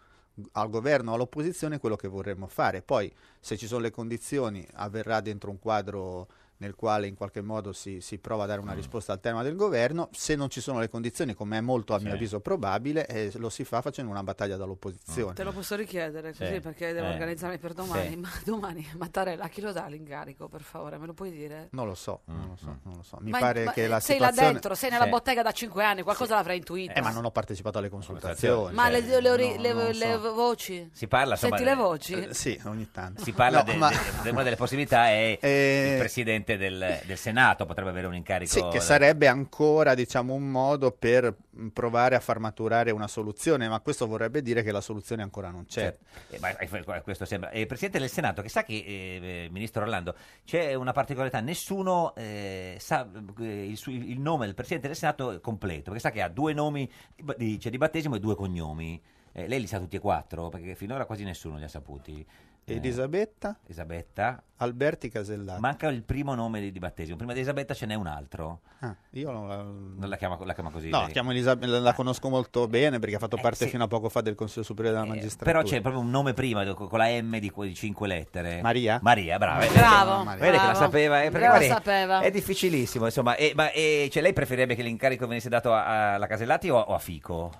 al governo, all'opposizione quello che vorremmo fare. Poi, se ci sono le condizioni, avverrà dentro un quadro nel quale in qualche modo si, si prova a dare Mm. una risposta al tema del governo. Se non ci sono le condizioni, come è molto a mio Sì. avviso probabile, eh, lo si fa facendo una battaglia dall'opposizione. Te lo posso richiedere così Sì. perché devo Eh. organizzarmi per domani. Sì. Ma domani, Mattarella, a chi lo dà l'incarico per favore? Me lo puoi dire? Non lo so, non lo so, non lo so. Mi Ma- pare ma- eh, che la sei situazione... là dentro, sei nella bottega da 5 anni, qualcosa l'avrei intuito. Eh, ma non ho partecipato alle consultazioni. Ma le, le ori- No, le- non lo le so. voci? Si parla insomma, Senti le de- voci? Eh, sì, ogni tanto. Si parla No, de- ma- de- de- una delle possibilità è <laughs> Eh. il presidente del, del Senato potrebbe avere un incarico. Sì, che sarebbe ancora diciamo, un modo per mh, provare a far maturare una soluzione, ma questo vorrebbe dire che la soluzione ancora non c'è. Certo. Eh, ma- eh, questo sembra. Eh, presidente del Senato, che sa che, eh, eh, ministro Orlando, c'è una particolarità, nessuno eh, sa eh, il, suo- il nome del presidente del Senato completo, perché sa che ha due nomi di, di- cioè, di battesimo e due cognomi. Eh, lei li sa tutti e quattro, perché finora quasi nessuno li ha saputi. Eh, Elisabetta, Elisabetta. Alberti Casellati. Manca il primo nome di, di battesimo. Prima di Elisabetta ce n'è un altro. Ah, io non la, Non la chiama, la chiama così. No, la lei. chiamo Elisa- la- la conosco molto bene perché ha fatto Eh, parte sì. fino a poco fa del Consiglio Superiore della Magistratura. Però c'è proprio un nome prima do- con la M di, que- di cinque lettere. Maria? Maria, brava. Vede- Bravo, Vede bravo. che la sapeva. eh, perché Bravo, guardi, sapeva. È difficilissimo, insomma. E, ma e, cioè, lei preferirebbe che l'incarico venisse dato a- alla Casellati o, o a Fico?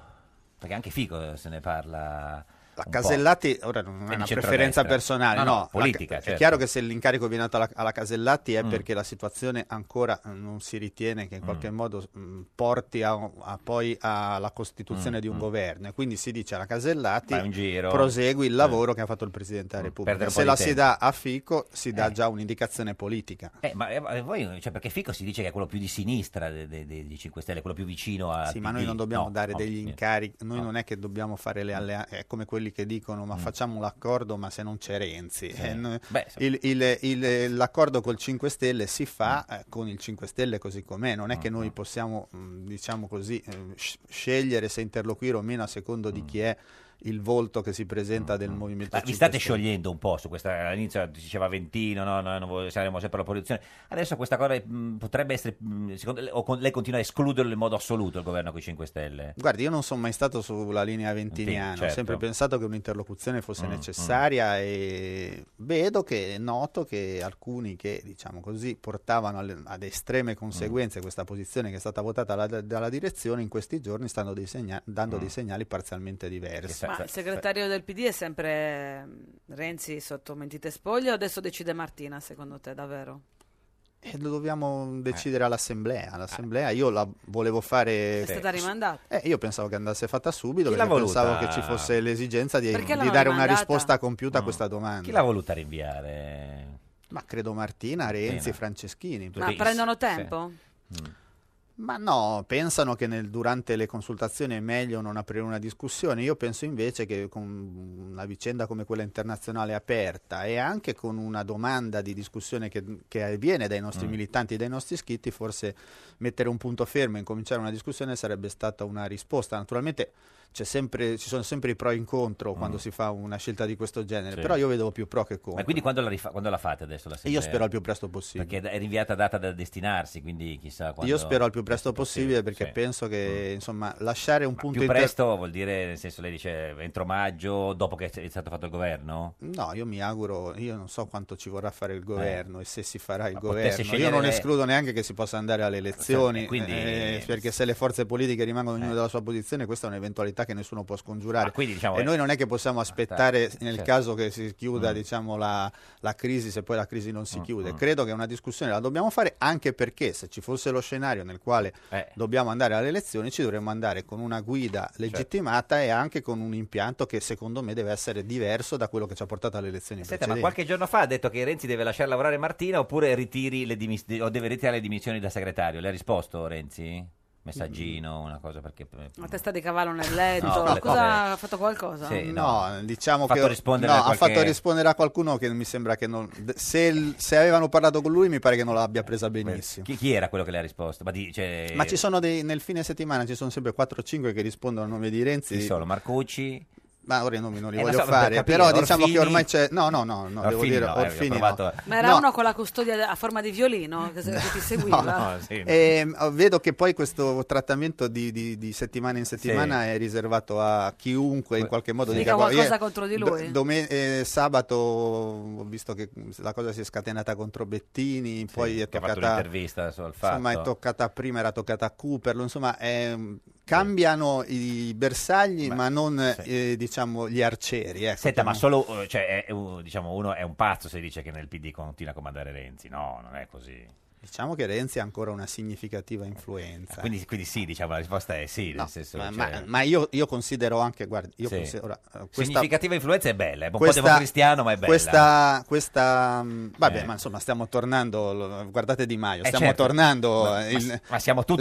Perché anche Fico se ne parla. La Casellati, ora non è una preferenza personale, no, no, no, la- politica. È certo. chiaro che se l'incarico viene dato alla, alla Casellati è Mm. perché la situazione ancora eh, non si ritiene che in Mm. qualche modo mh, porti a, a poi alla costituzione Mm, di un governo e quindi si dice alla Casellati Fai un giro. Eh. Mm. prosegui il lavoro che ha fatto il Presidente della perdere Repubblica. un Se po' la di si tempo. dà a Fico si dà già un'indicazione politica. Eh, ma eh, voi, cioè, perché Fico si dice che è quello più di sinistra de- de- de- di 5 Stelle, quello più vicino a. Sì, ma noi non dobbiamo dare degli incarichi, noi non è che dobbiamo fare Mm. le alleanze, è come quelli che dicono ma facciamo l'accordo ma se non c'è Renzi. Sì. Eh, noi- Beh, insomma. il- il- il- l'accordo col 5 Stelle si fa Mm. eh, con il 5 Stelle così com'è, non è che noi possiamo, mh, diciamo così, eh, sc- scegliere se interloquire o meno a secondo Mm. di chi è il volto che si presenta del movimento. Ma Ah, vi 5 mm. state Stelle. sciogliendo un po' su questa. All'inizio diceva Ventino, no, no, non vo- saremo sempre l'opposizione. Adesso questa cosa mh, potrebbe essere. mh, secondo lei, o con- lei continua a escluderlo in modo assoluto il governo con i 5 Stelle? Guardi, io non sono mai stato sulla linea ventiniana, Sì, certo. ho sempre pensato che un'interlocuzione fosse Mm, necessaria e vedo che noto che alcuni che, diciamo così, portavano alle- ad Mm. estreme conseguenze questa posizione che è stata votata alla- dalla direzione in questi giorni stanno dei segna- dando Mm. dei segnali parzialmente diversi. Ma il segretario del PD è sempre mm, Renzi sotto mentite spoglie o adesso decide Martina, secondo te, davvero? E lo Eh. dobbiamo decidere all'assemblea. Ah. L'assemblea io la volevo fare. È stata rimandata. Eh, io pensavo che andasse fatta subito Chi l'ha perché voluta? pensavo che ci fosse l'esigenza di, Perché di l'hanno dare una rimandata? risposta compiuta a questa domanda. Chi l'ha voluta rinviare? Ma credo Martina, Renzi e Franceschini. Ma prendono tempo? Mm. Ma no, pensano che nel- durante le consultazioni è meglio non aprire una discussione. Io penso invece che con una vicenda come quella internazionale aperta e anche con una domanda di discussione che, che avviene dai nostri Mm. militanti e dai nostri iscritti, forse mettere un punto fermo e incominciare una discussione sarebbe stata una risposta. Naturalmente c'è sempre- ci sono sempre i pro e i contro quando si fa una scelta di questo genere, Mm. Sì. però io vedevo più pro che contro. Ma quindi quando la, rifa- quando la fate adesso? E l'assemblea? io spero al più presto possibile. Perché è rinviata a data da destinarsi, quindi chissà quando. Io spero al più presto possibile perché sì. Mm. penso che insomma lasciare un punto Più inter- presto vuol dire, nel senso, lei dice entro maggio, dopo che è stato fatto il governo? No, io mi auguro, io non so quanto ci vorrà fare il governo e se si farà il Eh. potesse governo. Io scegliere non le- escludo neanche che si possa andare alle elezioni, E quindi- eh. eh, perché se le forze politiche rimangono ognuna dalla sua posizione, questa è un'eventualità che nessuno può scongiurare. Ah, quindi, diciamo, e eh, noi non è che possiamo aspettare certo. nel Certo. caso che si chiuda Mm. diciamo, la, la crisi, se poi la crisi non si Mm, chiude. mm. Credo che una discussione la dobbiamo fare anche perché se ci fosse lo scenario nel quale Eh. dobbiamo andare alle elezioni, ci dovremmo andare con una guida Certo. legittimata e anche con un impianto che secondo me deve essere diverso da quello che ci ha portato alle elezioni Eh, Senta, ma precedenti. qualche giorno fa ha detto che Renzi deve lasciare lavorare Martina oppure ritiri le dimis- o deve ritirare le dimissioni da segretario. Le ha risposto Renzi? Messaggino, una cosa perché. eh, Una testa di cavallo nel letto? No, quelle Cosa cose- ha fatto qualcosa? Sì, No, diciamo Fatto che rispondere no, a qualche- ha fatto rispondere a qualcuno che mi sembra che non... d- se, il- se avevano parlato con lui mi pare che non l'abbia presa benissimo. Chi, chi era quello che le ha risposto? Ma, di- cioè- Ma ci sono dei, nel fine settimana ci sono sempre 4-5 che rispondono a nome di Renzi. Chi sono? Marcucci? Ma ora i nomi non li Eh, lo voglio so, per fare, capire, però diciamo Orfini? che ormai c'è... No, no, no, no devo Orfini dire no, eh, Orfini ho no. provato- Ma era No, uno con la custodia a forma di violino <laughs> che, se- che ti seguiva? no. Ehm, vedo che poi questo trattamento di, di- di settimana in settimana è riservato a chiunque in qualche modo Dica "Guarda, qualcosa io- contro di lui." dome- eh, sabato ho visto che la cosa si è scatenata contro Bettini, poi è che ha fatto toccata un'intervista sul fatto. Insomma, è toccata prima, era toccata a Cooperlo, insomma, ehm, cambiano i bersagli, ma non eh, diciamo gli arcieri. Ecco, Senta, ma chiamiamo- solo eh, cioè, è- è un- diciamo, uno è un pazzo se dice che nel PD continua a comandare Renzi. No, non è così. Diciamo che Renzi ha ancora una significativa influenza. Quindi, quindi sì, diciamo, la risposta è sì. No, nel senso, ma, cioè- ma- ma io, io considero anche, guardi, io Sì. considero, ora, eh, questa- Significativa influenza è bella, è un questa- po' democristiano, ma è bella. Questa, questa mh, vabbè, Eh. ma insomma, stiamo tornando. lo- Guardate Di Maio, Eh, stiamo certo. tornando. Ma- eh, il- ma- ma siamo tutti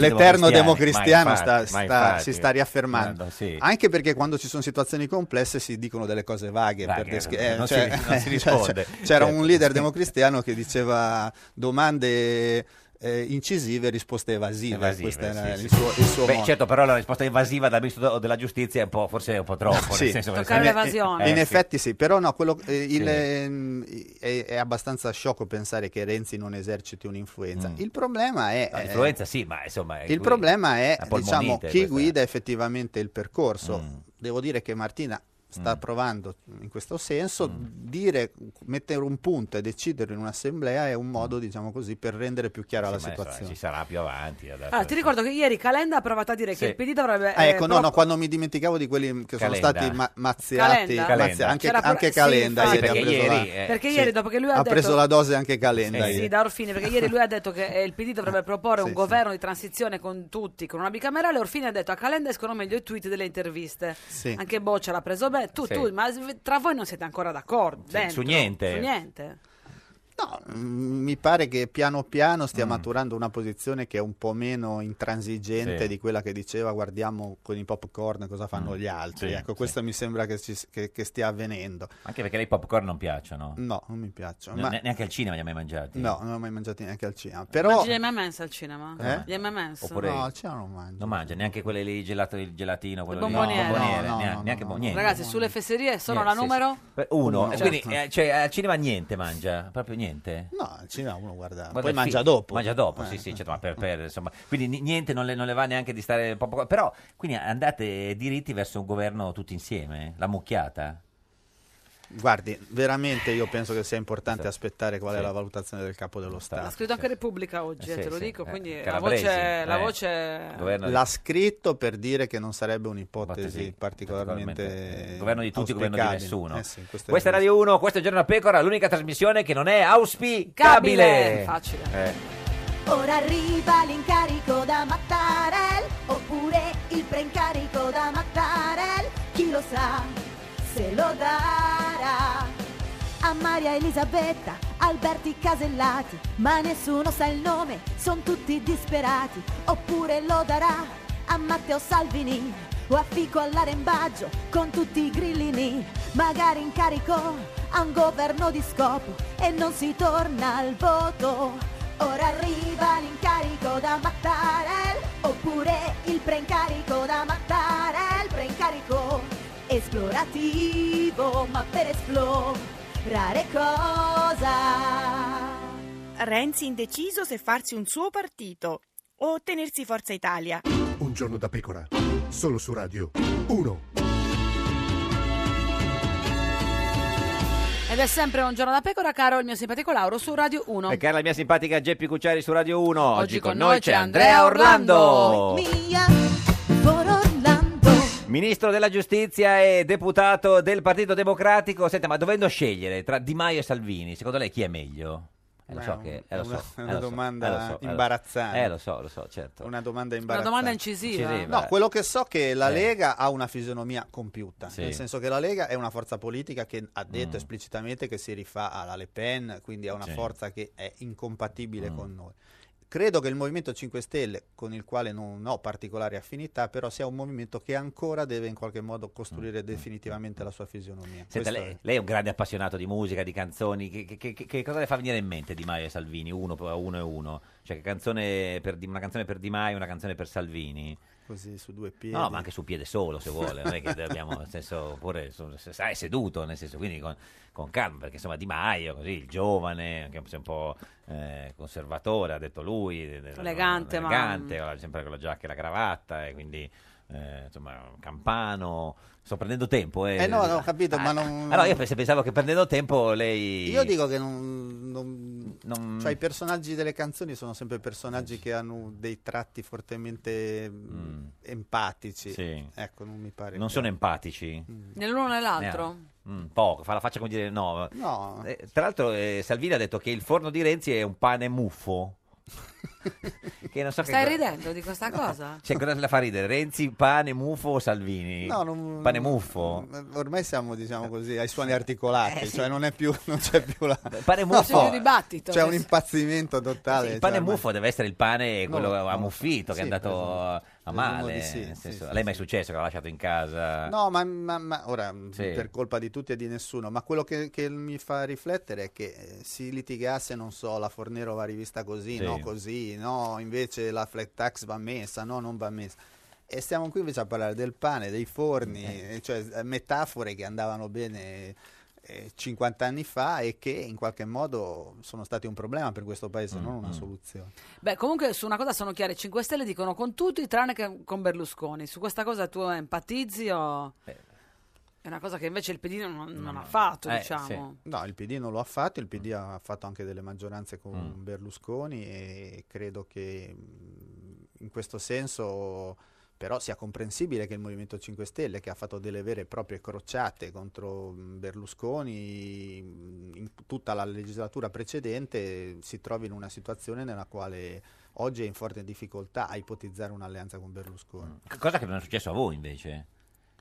democristiano, l'eterno democristiano ma infatti, sta- ma sta- infatti. si sta riaffermando. Guarda, sì. Anche perché quando ci sono situazioni complesse si dicono delle cose vaghe. per Vaghe, deschi- eh, non si- <laughs> cioè- non si cioè, risponde. C'era Certo. un leader democristiano che diceva domande. eh, incisive risposte evasive, Evasive, questo era sì, il sì. suo, il suo Beh, motto. certo, però la risposta evasiva dal ministro della giustizia è un po', forse è un po' troppo. <laughs> Sì. nel senso che- In- In, Eh, sì. effetti sì, però no, quello- eh, Sì. il- ehm, è, è abbastanza sciocco pensare che Renzi non eserciti un'influenza. Il problema è... Mm. No, eh, l'influenza sì, ma insomma... il problema è la polmonite, diciamo, chi questa. guida effettivamente il percorso. Mm. Devo dire che Martina sta provando in questo senso. Mm. Dire, mettere un punto e decidere in un'assemblea è un modo, diciamo così, per rendere più chiara Mm. Sì, la ma insomma, situazione. Ci sarà più avanti. adesso. Ah, ti ricordo che ieri Calenda ha provato a dire Sì. che il PD dovrebbe... Ah, eh, ecco, no, pro- no, quando mi dimenticavo di quelli che sono Calenda. stati ma- mazziati, Calenda? mazzi- Calenda. anche, C'era pure- anche sì, Calenda infatti. ieri ha Perché preso, ieri, la... eh. Perché ieri, dopo che lui ha detto- preso la dose anche Calenda. Sì, ieri. da Orfini, perché ieri lui ha detto che eh, il PD dovrebbe proporre un Sì, sì. governo di transizione con tutti, con una bicamerale. Orfini ha detto a Calenda escono meglio i tweet delle interviste. Sì. Anche Boccia l'ha preso bene. Tu, Sì. tu, ma s- tra voi non siete ancora d'accordo. dentro. su niente. Su niente. Mm, Mi pare che piano piano stia maturando una posizione che è un po' meno intransigente Sì. di quella che diceva guardiamo con i popcorn cosa fanno gli altri. Sì, ecco, questo mi sembra che, ci- che- che stia avvenendo. Anche perché lei i popcorn non piacciono. No, non mi piacciono. Ne- ma- Neanche al cinema li ha mai mangiati. No, non ho mai mangiato neanche al cinema. Ma Però... gli hai mai messo al cinema? Eh? Gli hai mai messo? Oppure- No, al cinema non mangio. Non mangia neanche quelle lì, il gelato, il gelatino, quello lì. bomboniere. No, bomboniere, No, no, neanche, no, neanche no, bo- no. niente. Ragazzi, sulle fesserie sono Niente, la sì, numero? sì. Uno, Uno, e quindi certo. eh, cioè, al cinema niente mangia, proprio niente. No, al cinema uno guarda, Guarda poi il mangia film, dopo. Mangia dopo, Eh. sì, sì, certo, ma per, per, insomma, quindi ni- niente, non le, non le va neanche di stare un po'. Però, quindi andate diritti verso un governo tutti insieme, la mucchiata. Guardi, veramente io penso che sia importante Sì. aspettare qual è Sì. la valutazione del capo dello Ha Stato. scritto anche Repubblica oggi, eh, Sì, te lo sì, dico, Ah, eh, quindi la Calabresi, voce... La eh. voce... Governo di- L'ha scritto per dire che non sarebbe Ipotesi, un'ipotesi particolarmente eh, governo di tutti, governo di auspicabile. nessuno. Eh sì, questo è questa è giusto. Radio 1, questo è Giorno da Pecora, l'unica trasmissione che non è auspicabile. Cabile, facile. Eh. Ora arriva l'incarico da Mattarel, oppure il preincarico da Mattarel, chi lo sa se lo darà. A Maria Elisabetta, Alberti Casellati, ma nessuno sa il nome, son tutti disperati, oppure lo darà a Matteo Salvini o a Fico all'arembaggio con tutti i grillini, magari incarico a un governo di scopo e non si torna al voto. Ora arriva l'incarico da Mattarel, oppure il preincarico da Mattarel, preincarico esplorativo, ma per esplorare cosa? Renzi indeciso se farsi un suo partito o tenersi Forza Italia. Un giorno da pecora, solo su Radio 1. Ed è sempre un giorno da pecora, caro il mio simpatico Lauro su Radio 1. E Ecco. cara la mia simpatica Geppi Cucciari su Radio 1. Oggi, con con noi noi c'è c'è Andrea Orlando. Mia, Ministro della Giustizia e deputato del Partito Democratico. Senta, ma dovendo scegliere tra Di Maio e Salvini, secondo lei chi è meglio? Eh, lo Beh, so un- che, eh, lo so, <laughs> eh, una- una lo so, domanda eh, lo so, eh, lo so. imbarazzante. Eh, lo so, lo so, certo. Una domanda imbarazzante. domanda incisiva. Incisiva. No, quello che so è che la Eh. Lega ha una fisionomia compiuta, Sì. nel senso che la Lega è una forza politica che ha detto Mm. esplicitamente che si rifà alla Le Pen, quindi è una Sì. forza che è incompatibile Mm. con noi. Credo che il Movimento 5 Stelle, con il quale non ho particolari affinità, però sia un movimento che ancora deve in qualche modo Mm, costruire definitivamente la sua fisionomia. Senta, Questo è- lei, lei è un grande appassionato di musica, di canzoni. Che, che- che- che cosa le fa venire in mente Di Maio e Salvini? Uno, uno e uno. Cioè, che canzone per Di- una canzone per Di Maio e una canzone per Salvini. Così su due piedi. No, ma anche su piede solo se vuole, non è <laughs> che abbiamo nel senso, oppure su- se- sai, seduto, nel senso, quindi con, con calma, perché insomma Di Maio, così, il giovane, anche se un po' eh, conservatore, ha detto lui, de- de- Elegante, ma- elegante, ha sempre con la giacca e la cravatta, e quindi eh, insomma, campano, sto prendendo tempo. Eh, Ah, Eh no, no, ho capito, ma non... Allora io pens- pensavo che prendendo tempo lei... Io dico che non, non- Non- cioè, i personaggi delle canzoni sono sempre personaggi che hanno dei tratti fortemente mm, empatici. Sì. Ecco, non mi pare. Non che- sono empatici? Mm. Nell'uno e nell'altro. Mm, poco, fa la faccia come dire no. No. Eh, tra l'altro eh, Salvini ha detto che il forno di Renzi è un pane muffo. <laughs> che Eh, non so che Stai co- ridendo di questa cosa? Cioè, cosa la fa ridere? Renzi, pane, muffo o Salvini? No, non- Pane muffo? Eh, Ormai siamo, diciamo così, ai suoni articolati, cioè non, è più, <laughs> non c'è più la... Eh, pare <laughs> No, muffo. C'è più dibattito. C'è un impazzimento totale. Il pane cioè, ormai- muffo deve essere il pane quello No, no. ammuffito che Sì, è andato a male. di sì, nel sì, senso, sì, a lei mai è successo che l'ha lasciato in casa? No, ma, ma- ma- ora mh, Eh. Sì. per colpa di tutti e di nessuno, ma quello che, che mi fa riflettere è che eh, si litigasse, non so, la Fornero va rivista così, Sì. no così, no, invece la flat tax va messa, no, non va messa. E stiamo qui invece a parlare del pane, dei forni, eh, cioè eh, metafore che andavano bene eh, 50 anni fa e che in qualche modo sono stati un problema per questo paese, non Mm, una soluzione. Beh, comunque su una cosa sono chiare, i 5 Stelle dicono con tutti tranne che con Berlusconi. Su questa cosa tu empatizzi o... Eh. È una cosa che invece il PD non, non ha fatto, diciamo. No, il PD non lo ha fatto, il PD ha fatto anche delle maggioranze con Berlusconi e credo che mh, in questo senso però sia comprensibile che il Movimento 5 Stelle, che ha fatto delle vere e proprie crociate contro mh, Berlusconi mh, in tutta la legislatura precedente, si trovi in una situazione nella quale oggi è in forte difficoltà a ipotizzare un'alleanza con Berlusconi. C- Cosa che non è successo a voi invece?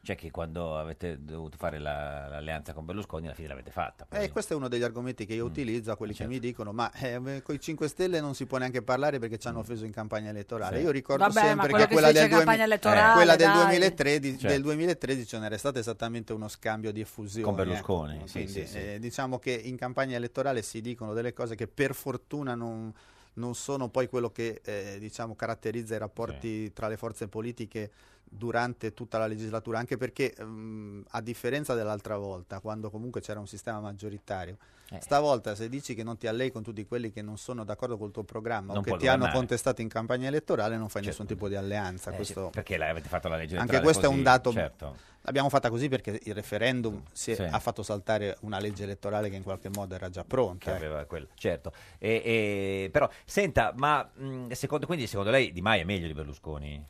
Cioè che quando avete dovuto fare la- l'alleanza con Berlusconi alla fine l'avete fatta. Mm. poi. Eh, questo è uno degli argomenti che io utilizzo a quelli che Certo. mi dicono: ma eh, con i 5 Stelle non si può neanche parlare perché ci hanno offeso in campagna elettorale. Mm. Sì. Io ricordo Vabbè, ma sempre quello che che quella, si dice del, duemi- campagna eh, elettorale, quella del dai. 2013, Certo. del 2013 ce n'era stato esattamente uno scambio di effusioni. Con Berlusconi, ecco. sì, Quindi, sì, sì. eh, diciamo che in campagna elettorale si dicono delle cose che per fortuna non, non sono poi quello che eh, diciamo, caratterizza i rapporti tra le forze politiche durante tutta la legislatura, anche perché ehm, a differenza dell'altra volta, quando comunque c'era un sistema maggioritario, Eh. stavolta se dici che non ti allei con tutti quelli che non sono d'accordo col tuo programma Non o che puoi ti hanno governare. contestato in campagna elettorale, non fai Certo. nessun tipo di alleanza. Eh, questo- sì, Perché l'avete fatto la legge anche elettorale questo è così, un dato certo. Mm, L'abbiamo fatta così perché il referendum si è- Sì. ha fatto saltare una legge elettorale che in qualche modo era già che pronta. ecco. aveva quella, certo. E- e- però, senta, ma mh, secondo, quindi secondo lei Di Maio è meglio di Berlusconi?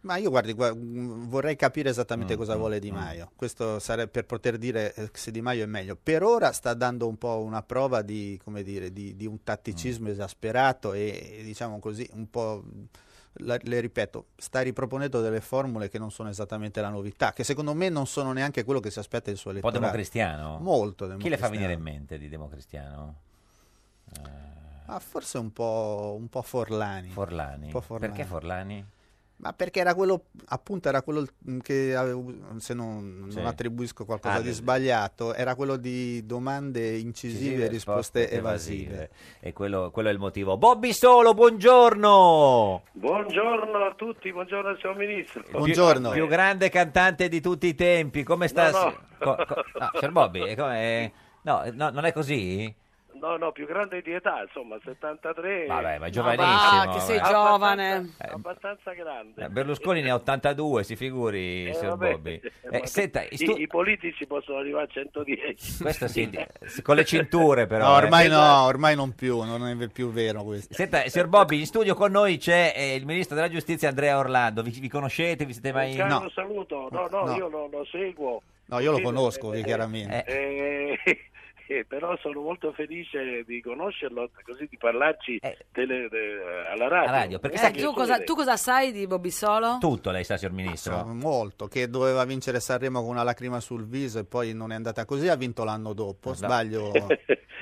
Ma io guardi, gua- mh, vorrei capire Mm, esattamente cosa vuole Di Maio. Questo sarebbe per poter dire eh, se Di Maio è meglio. Per ora sta dando un po' una prova di, come dire, di, di un Mm. tatticismo esasperato e, e, diciamo così, un po'. mh, la- le ripeto, sta riproponendo delle formule che non sono esattamente la novità, che secondo me non sono neanche quello che si aspetta il suo Un po' elettorato. democristiano? Molto Chi le fa democristiano. venire in mente di democristiano? Ma Ah, forse un po', un po' Forlani. Forlani. Un po' Forlani. Perché Forlani? Ma perché era quello, appunto, era quello mm, che avevo- se non, non Sì. attribuisco qualcosa Ah, di del- sbagliato, era quello di domande incisive e risposte evasive. E quello, quello è il motivo. Bobby Solo, buongiorno! Buongiorno a tutti, buongiorno al signor Ministro. Il più- Il più grande cantante di tutti i tempi. Come sta? No, no. co- co- ah, signor Bobby, e come- no, no, non <laughs> è così? No, no, più grande di età, insomma, 73. Vabbè, ma è Ah, giovanissimo. eh. che sei vabbè. giovane. Abbastanza grande. Eh, Berlusconi ne ha 82, si figuri, Eh, signor vabbè. Bobby. Eh, Eh, senta, I, i stu- i politici possono arrivare a Eh, 110. questo sì, di- con le cinture però. No, eh. ormai no, ormai non più, non è più vero questo. Senta, signor Bobby, in studio con noi c'è eh, il ministro della giustizia Andrea Orlando. Vi, vi conoscete? Vi siete mai... Un caro saluto. No, no, No. io lo, lo seguo. No, io lo Sì, conosco, eh, ecco, chiaramente. eh, <laughs> eh, però sono molto felice di conoscerlo, così di parlarci tele- de- alla radio. Eh. Alla radio, Eh, tu, cosa, tu cosa sai di Bobby Solo? Tutto lei sa, signor ministro. Molto, che doveva vincere Sanremo con una lacrima sul viso e poi non è andata così, ha vinto l'anno dopo, <laughs> <laughs> sbaglio.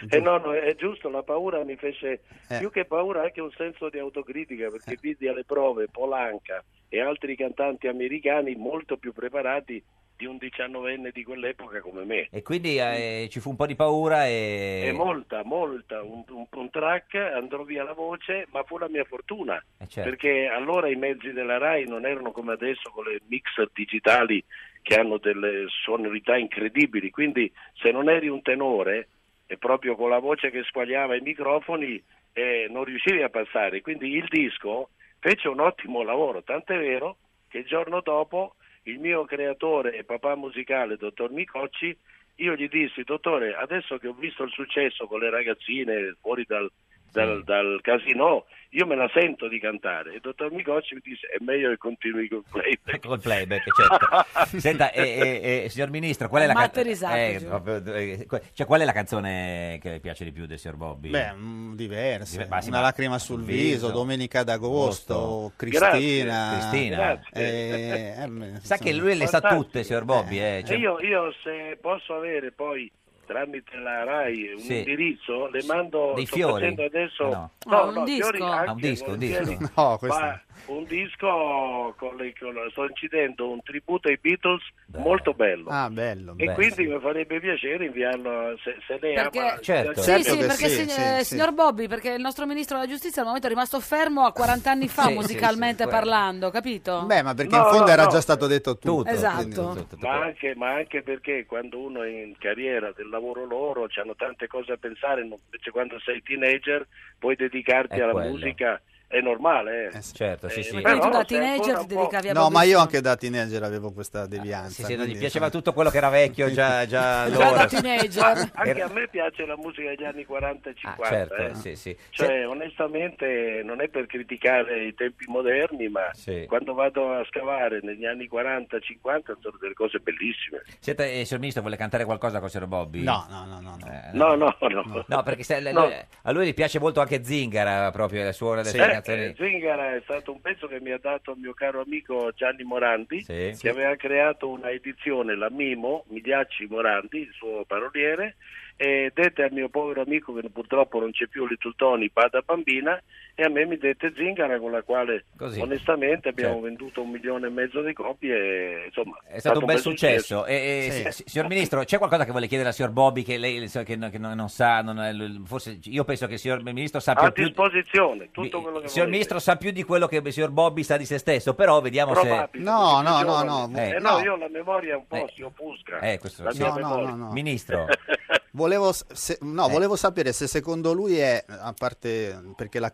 Eh no, no, è giusto, la paura mi fece Eh. più che paura anche un senso di autocritica perché vidi alle prove Polanca e altri cantanti americani molto più preparati di un diciannovenne di quell'epoca come me. E quindi eh, ci fu un po' di paura e... E molta, molta, un, un, un track, andrò via la voce, ma fu la mia fortuna, Eh, certo. perché allora i mezzi della RAI non erano come adesso con le mixer digitali che hanno delle sonorità incredibili, quindi se non eri un tenore e proprio con la voce che squagliava i microfoni eh, non riuscivi a passare, quindi il disco fece un ottimo lavoro, tant'è vero che il giorno dopo il mio creatore e papà musicale, dottor Micocci, io gli dissi, dottore, adesso che ho visto il successo con le ragazzine fuori dal, dal- Mm. dal casino, io me la sento di cantare. E il dottor Micocci mi disse, è meglio che continui col Eh, playback. Col playback, <laughs> certo. Senta, eh, eh, eh, signor ministro, qual è la eh, Matte canzone? risate, giù. cioè, qual è la canzone che le piace di più del signor Bobby? Beh, mh, diverse. Diver- ma sì, Una ma- lacrima sul viso, Domenica d'agosto, Agosto. Cristina. Cristina. eh, <laughs> eh, me- Sa che lui le sa Fantastico. tutte, signor Bobby. Eh, cioè- E io, io se posso avere poi tramite la RAI un Sì. indirizzo, le mando Dei sto fiori? facendo adesso Ah, no. Ah, un disco. fiori anche Ah, un disco, un volentieri, disco. No, questo- ma un disco con le- con la- sto incidendo un tributo ai Beatles molto bello. Ah, bello. E bello. quindi mi farebbe piacere inviarlo se, se lei Perché- ama. Certo. Sì, Certo sì, che perché sì, sign- sì, eh, sì. signor Bobby, perché il nostro ministro della giustizia al momento è rimasto fermo a 40 anni fa Sì, sì, musicalmente sì, quello. parlando, capito? Beh, ma perché No, in fondo no, era no. già stato detto tutto. Esatto. quindi- Ma anche, ma anche perché quando uno è in carriera del lavoro loro hanno tante cose a pensare, non- invece quando sei teenager puoi dedicarti È alla quello. musica, è normale. Eh. Certo, Eh, sì. però Quindi tu da se teenager ancora ti un po'- dedicavi a No, Bobby ma io Solo. anche da teenager avevo questa devianza. Ah, Sì, sì, quindi- gli piaceva tutto quello che era vecchio già, già <laughs> Già allora. eh, da Ma Anche a me piace la musica degli anni 40 e 50. certo, eh. sì, sì. Cioè, onestamente, non è per criticare i tempi moderni, ma Sì. quando vado a scavare negli anni 40 50 sono delle cose bellissime. Senta, eh, signor ministro, vuole cantare qualcosa con signor Bobby? No, no, no, no. no. Eh, No, no, no. No, perché se- No. lui- a lui gli piace molto anche Zingara, eh, proprio la suora delle Sì. sue Eh, canzoni. eh, Zingara è stato un pezzo che mi ha dato il mio caro amico Gianni Morandi, Sì. che Sì. aveva creato una edizione, la Mimo, Migliacci Morandi, il suo paroliere, e dette al mio povero amico che purtroppo non c'è più Little Tony, Pada Bambina, e a me mi dette Zingara con la quale Così. onestamente abbiamo Certo. venduto un milione e mezzo di copie, e, insomma È stato un bel successo. E- e, si- signor Ministro, c'è qualcosa che vuole chiedere al signor Bobby che lei so- che no- che no- non sa? non è- forse io penso che il signor Ministro sappia A più. disposizione, tutto quello che Il signor volete. Ministro sa più di quello che il signor Bobby sa di Diciamo se stesso, però vediamo Probabile, perché No, no, più no, giovane. no. Eh, Eh, no, no. io la memoria un po' si offusca. se. Eh, questo La sì. mia memoria. Ministro, Volevo, s- se- no, Eh. volevo sapere se secondo lui è, a parte perché la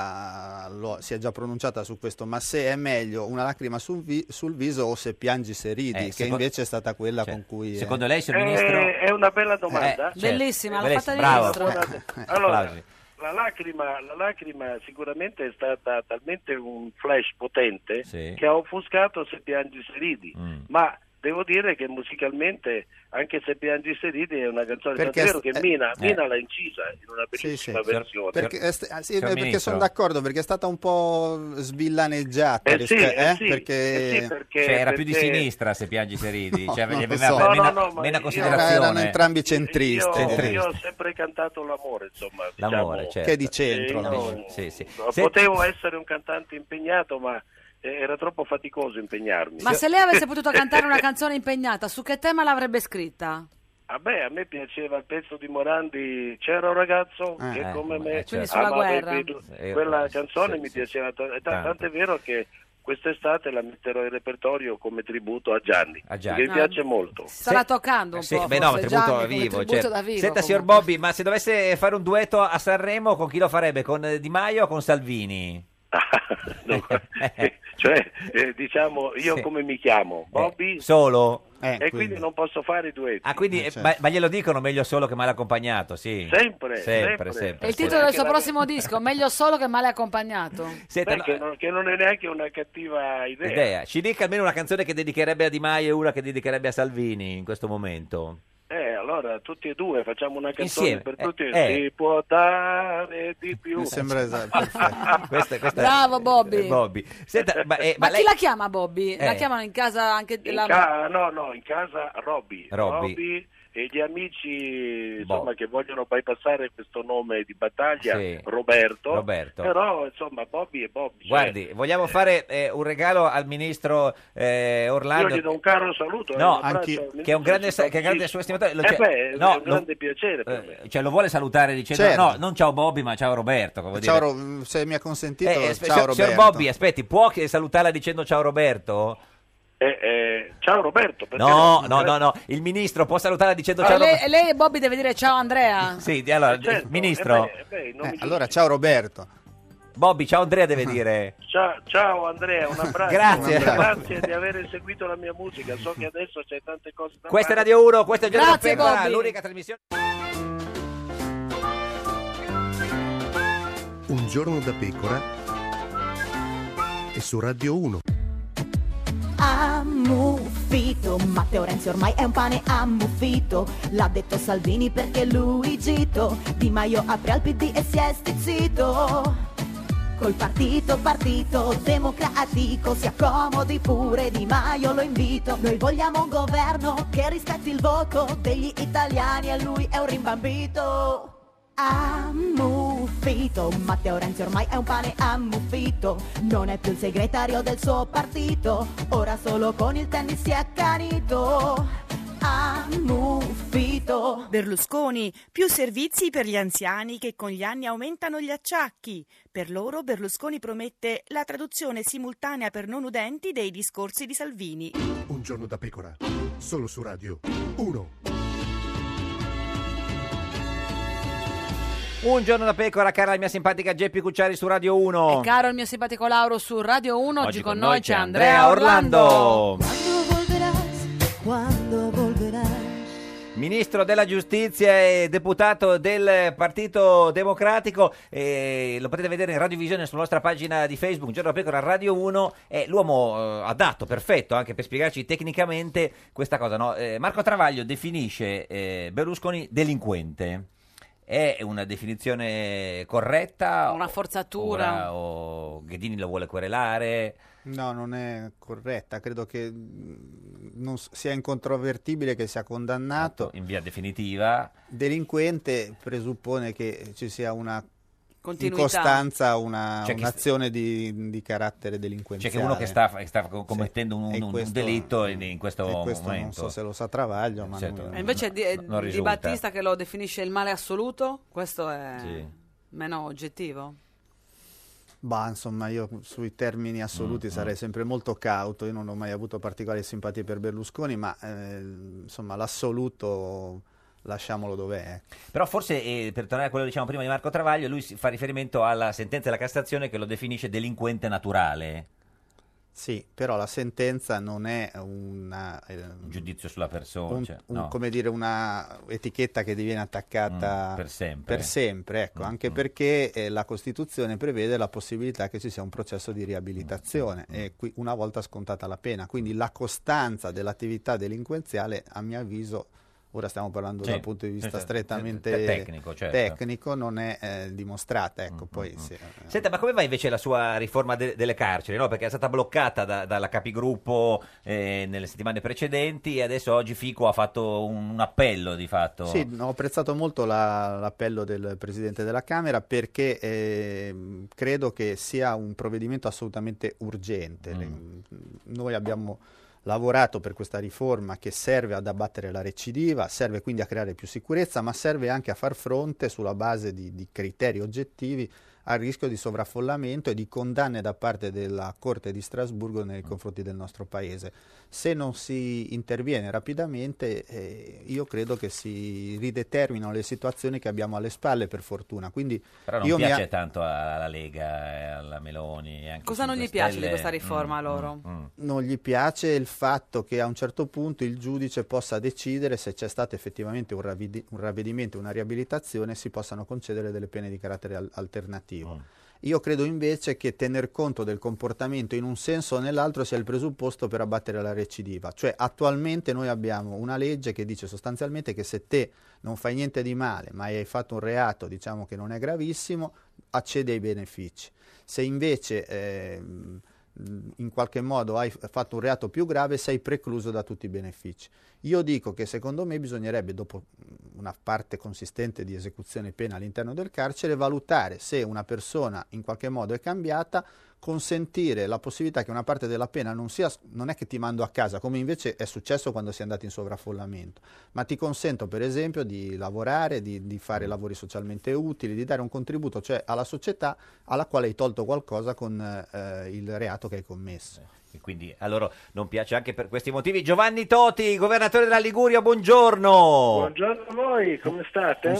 critica lo- si è già pronunciata su questo, ma se è meglio una lacrima sul, vi- sul viso o se piangi se ridi, Eh, che secondo- invece è stata quella con cui... secondo lei, signor Eh, Ministro- È una bella domanda. certo. Bellissima, l'ha fatta Bellissima, il bravo. ministro. Eh, Allora, Applausi. la lacrima, la lacrima sicuramente è stata talmente un flash potente Sì. che ha offuscato Se piangi se ridi, ma devo dire che musicalmente anche Se piangi se ridi è una canzone, Perché tant'è vero st- che eh, Mina, eh. Mina l'ha incisa in una bellissima versione. Perché, eh, st- ah, sì, perché sono d'accordo, perché è stata un po' svillaneggiata. Eh sì, rispe- eh eh, sì, perché... eh sì, perché- Cioè, era più di perché- sinistra se piangi se ridi, No, cioè, non gli lo aveva so. meno, No, no, ma meno io- considerazione. erano entrambi centristi. Io, Centristi. io ho sempre cantato l'amore, insomma. L'amore, diciamo, certo. Che è di centro, eh, io- l'amore. Sì, sì. Se- Potevo essere un cantante impegnato, ma eh, era troppo faticoso impegnarmi. Ma se lei <laughs> <laughs> avesse potuto cantare una canzone impegnata, su che tema l'avrebbe scritta? Ah, beh, a me piaceva il pezzo di Morandi, c'era un ragazzo Ah, che eh, come ma- me quindi sulla amava i guerra. Beatles. Eh, Quella sì, canzone sì, mi sì. piaceva tanto, e ta- Tanto. tant'è vero che quest'estate la metterò in repertorio come tributo a Gianni, Gianni. che mi Ah. piace molto. Starà toccando un Sì, po'. beh, no, forse, tributo Gianni, come vivo, tributo certo. da vivo, Senta, signor comunque. Bobby, ma se dovesse fare un duetto a Sanremo, con chi lo farebbe? Con eh, Di Maio o con Salvini? cioè, eh, diciamo, io Sì. Eh, come mi chiamo? Bobby? Solo? Eh, Eh, e quindi. non posso fare i duetti. certo. Ah, quindi, eh, certo. ma, ma glielo dicono meglio solo che male accompagnato, sì? Sempre, sempre. sempre. sempre, E il sì. titolo del suo prossimo disco, meglio solo che male accompagnato. Senta, Perché no, eh. non, che non è neanche una cattiva idea. idea. Ci dica almeno una canzone che dedicherebbe a Di Maio e una che dedicherebbe a Salvini in questo momento. Eh, allora tutti e due facciamo una canzone Insieme, per eh, tutti. eh. Si può dare di più. Mi <laughs> sembra esatto. Questa, questa Bravo, Bobby. eh, Bobby. Senta, ma, eh, Ma ma lei... chi la chiama Bobby? La Eh. chiamano in casa anche In la... ca- no, no, in casa Robby. Robby. Boh. e gli amici insomma, che vogliono bypassare questo nome di battaglia, Sì. Roberto. Roberto. Però insomma Bobby è Bobby. cioè, Guardi, vogliamo fare eh, un regalo al ministro eh, cioè, io Orlando. gli do un caro saluto. e No, un abbraccio anch'io, al che è un grande, ministro che è un grande suo estimatore. Lo- Eh cioè, beh, è no, un lo- grande piacere per me. cioè, lo vuole salutare dicendo Certo. no, non ciao Bobby, ma ciao Roberto. come vuol Ciao, dire. Ro- se mi ha consentito, Eh, aspe- ciao signor- signor Roberto. Bobby, aspetti, può che- salutarla dicendo ciao Roberto? Eh, eh, ciao Roberto. perché- No, no, no, no, il ministro può salutarla dicendo E ciao Eh, lei, Roberto. e lei e Bobby deve dire ciao Andrea. Sì, di- allora, certo, ministro, eh beh, eh beh, non mi- allora, ciao Roberto. Ah. Bobby, ciao Andrea deve dire. Ciao, ciao Andrea, un <laughs> abbraccio. Grazie. Grazie di aver seguito la mia musica. So che adesso c'è tante cose da Questa è fare. Radio 1, questa è Giorgio Grazie, Pecora, Bobby. l'unica trasmissione. Un giorno da pecora e su Radio 1. Ammuffito, Matteo Renzi ormai è un pane ammuffito, l'ha detto Salvini perché lui gito, Di Maio apre al PD e si è stizzito. Col partito, partito democratico, si accomodi pure Di Maio, lo invito. Noi vogliamo un governo che rispetti il voto degli italiani e lui è un rimbambito. Ammuffito, Matteo Renzi ormai è un pane ammuffito, non è più il segretario del suo partito, ora solo con il tennis si è accanito. Ammuffito. Berlusconi, più servizi per gli anziani che con gli anni aumentano gli acciacchi. Per loro Berlusconi promette la traduzione simultanea per non udenti dei discorsi di Salvini. Un giorno da pecora, solo su Radio 1. Un giorno da pecora, cara la mia simpatica Geppi Cucciari su Radio 1. E caro il mio simpatico Lauro su Radio 1, oggi, con noi c'è Andrea, Andrea Orlando. Orlando. Quando volverai? Ministro della Giustizia e deputato del Partito Democratico, eh, lo potete vedere in radiovisione sulla nostra pagina di Facebook, Giorno da Pecora Radio 1, è l'uomo eh, adatto, perfetto, anche per spiegarci tecnicamente questa cosa. no? Eh, Marco Travaglio definisce eh, Berlusconi delinquente. È una definizione corretta? Una Ora, forzatura. o Ghedini lo vuole querelare? No, non è corretta. Credo che mh, non s- sia incontrovertibile che sia condannato. In via definitiva. Delinquente presuppone che ci sia una Continuità. costanza, una, Cioè che un'azione di, di carattere delinquenziale. Cioè che uno che sta, che sta co- commettendo un, e un- un questo- delitto in, in questo, E questo momento. non so se lo sa Travaglio, ma Certo. noi- E Eh, invece di, No, non di risulta. Battista che lo definisce il male assoluto, questo è Sì. meno oggettivo. Bah, insomma, io sui termini Mm, assoluti sarei sempre molto cauto. Io non ho mai avuto particolari simpatie per Berlusconi, ma eh, insomma, l'assoluto lasciamolo dov'è. ecco. Però forse, eh, per tornare a quello che diciamo prima di Marco Travaglio, lui si fa riferimento alla sentenza della Cassazione che lo definisce delinquente naturale. Sì, però la sentenza non è una, eh, Un giudizio sulla persona. un- cioè, un- no. come dire, una etichetta che diviene attaccata Mm, per Mm, sempre. ah, per sempre, ecco, anche perché eh, la Costituzione prevede la possibilità che ci sia un processo di Mm, riabilitazione e qui una volta scontata la pena, quindi la costanza dell'attività delinquenziale a mio avviso ora stiamo parlando Sì, dal punto di sì, vista sì, strettamente te- tecnico, certo. Mm, tecnico, non è eh, dimostrata, ecco, poi se- Senta, ma come va invece la sua riforma de- delle carceri? No? Perché è stata bloccata da- dalla capigruppo eh, nelle settimane precedenti e adesso oggi Fico ha fatto un, un appello di fatto. Sì, ho apprezzato molto la- l'appello del Presidente della Camera perché ehm, credo che sia un provvedimento assolutamente urgente. Le- Noi abbiamo lavorato per questa riforma che serve ad abbattere la recidiva, serve quindi a creare più sicurezza, ma serve anche a far fronte sulla base di, di criteri oggettivi al rischio di sovraffollamento e di condanne da parte della Corte di Strasburgo nei confronti del nostro Paese. Se non si interviene rapidamente, eh, io credo che si rideterminano le situazioni che abbiamo alle spalle, per fortuna. Quindi Però non io mi a- piace tanto alla Lega, e alla Meloni. e anche Cosa ai non 5 gli piace di Stelle. questa riforma, Mm, loro? mm, mm. non gli piace il fatto che a un certo punto il giudice possa decidere se c'è stato effettivamente un, ravvedi- un ravvedimento, una riabilitazione, e si possano concedere delle pene di carattere al- alternativo. Io credo invece che tener conto del comportamento in un senso o nell'altro sia il presupposto per abbattere la recidiva. Cioè attualmente noi abbiamo una legge che dice sostanzialmente che se te non fai niente di male, ma hai fatto un reato, diciamo che non è gravissimo, accedi ai benefici. Se invece ehm, mh, in qualche modo hai f- fatto un reato più grave, sei precluso da tutti i benefici. Io dico che secondo me bisognerebbe, dopo mh, una parte consistente di esecuzione pena all'interno del carcere, valutare se una persona in qualche modo è cambiata, consentire la possibilità che una parte della pena non sia, non è che ti mando a casa, come invece è successo quando si è andati in sovraffollamento, ma ti consento per esempio di lavorare, di, di fare lavori socialmente utili, di dare un contributo, cioè alla società alla quale hai tolto qualcosa con eh, il reato che hai commesso. E quindi a loro non piace anche per questi motivi. Giovanni Toti, governatore della Liguria, buongiorno. Buongiorno a voi, come state?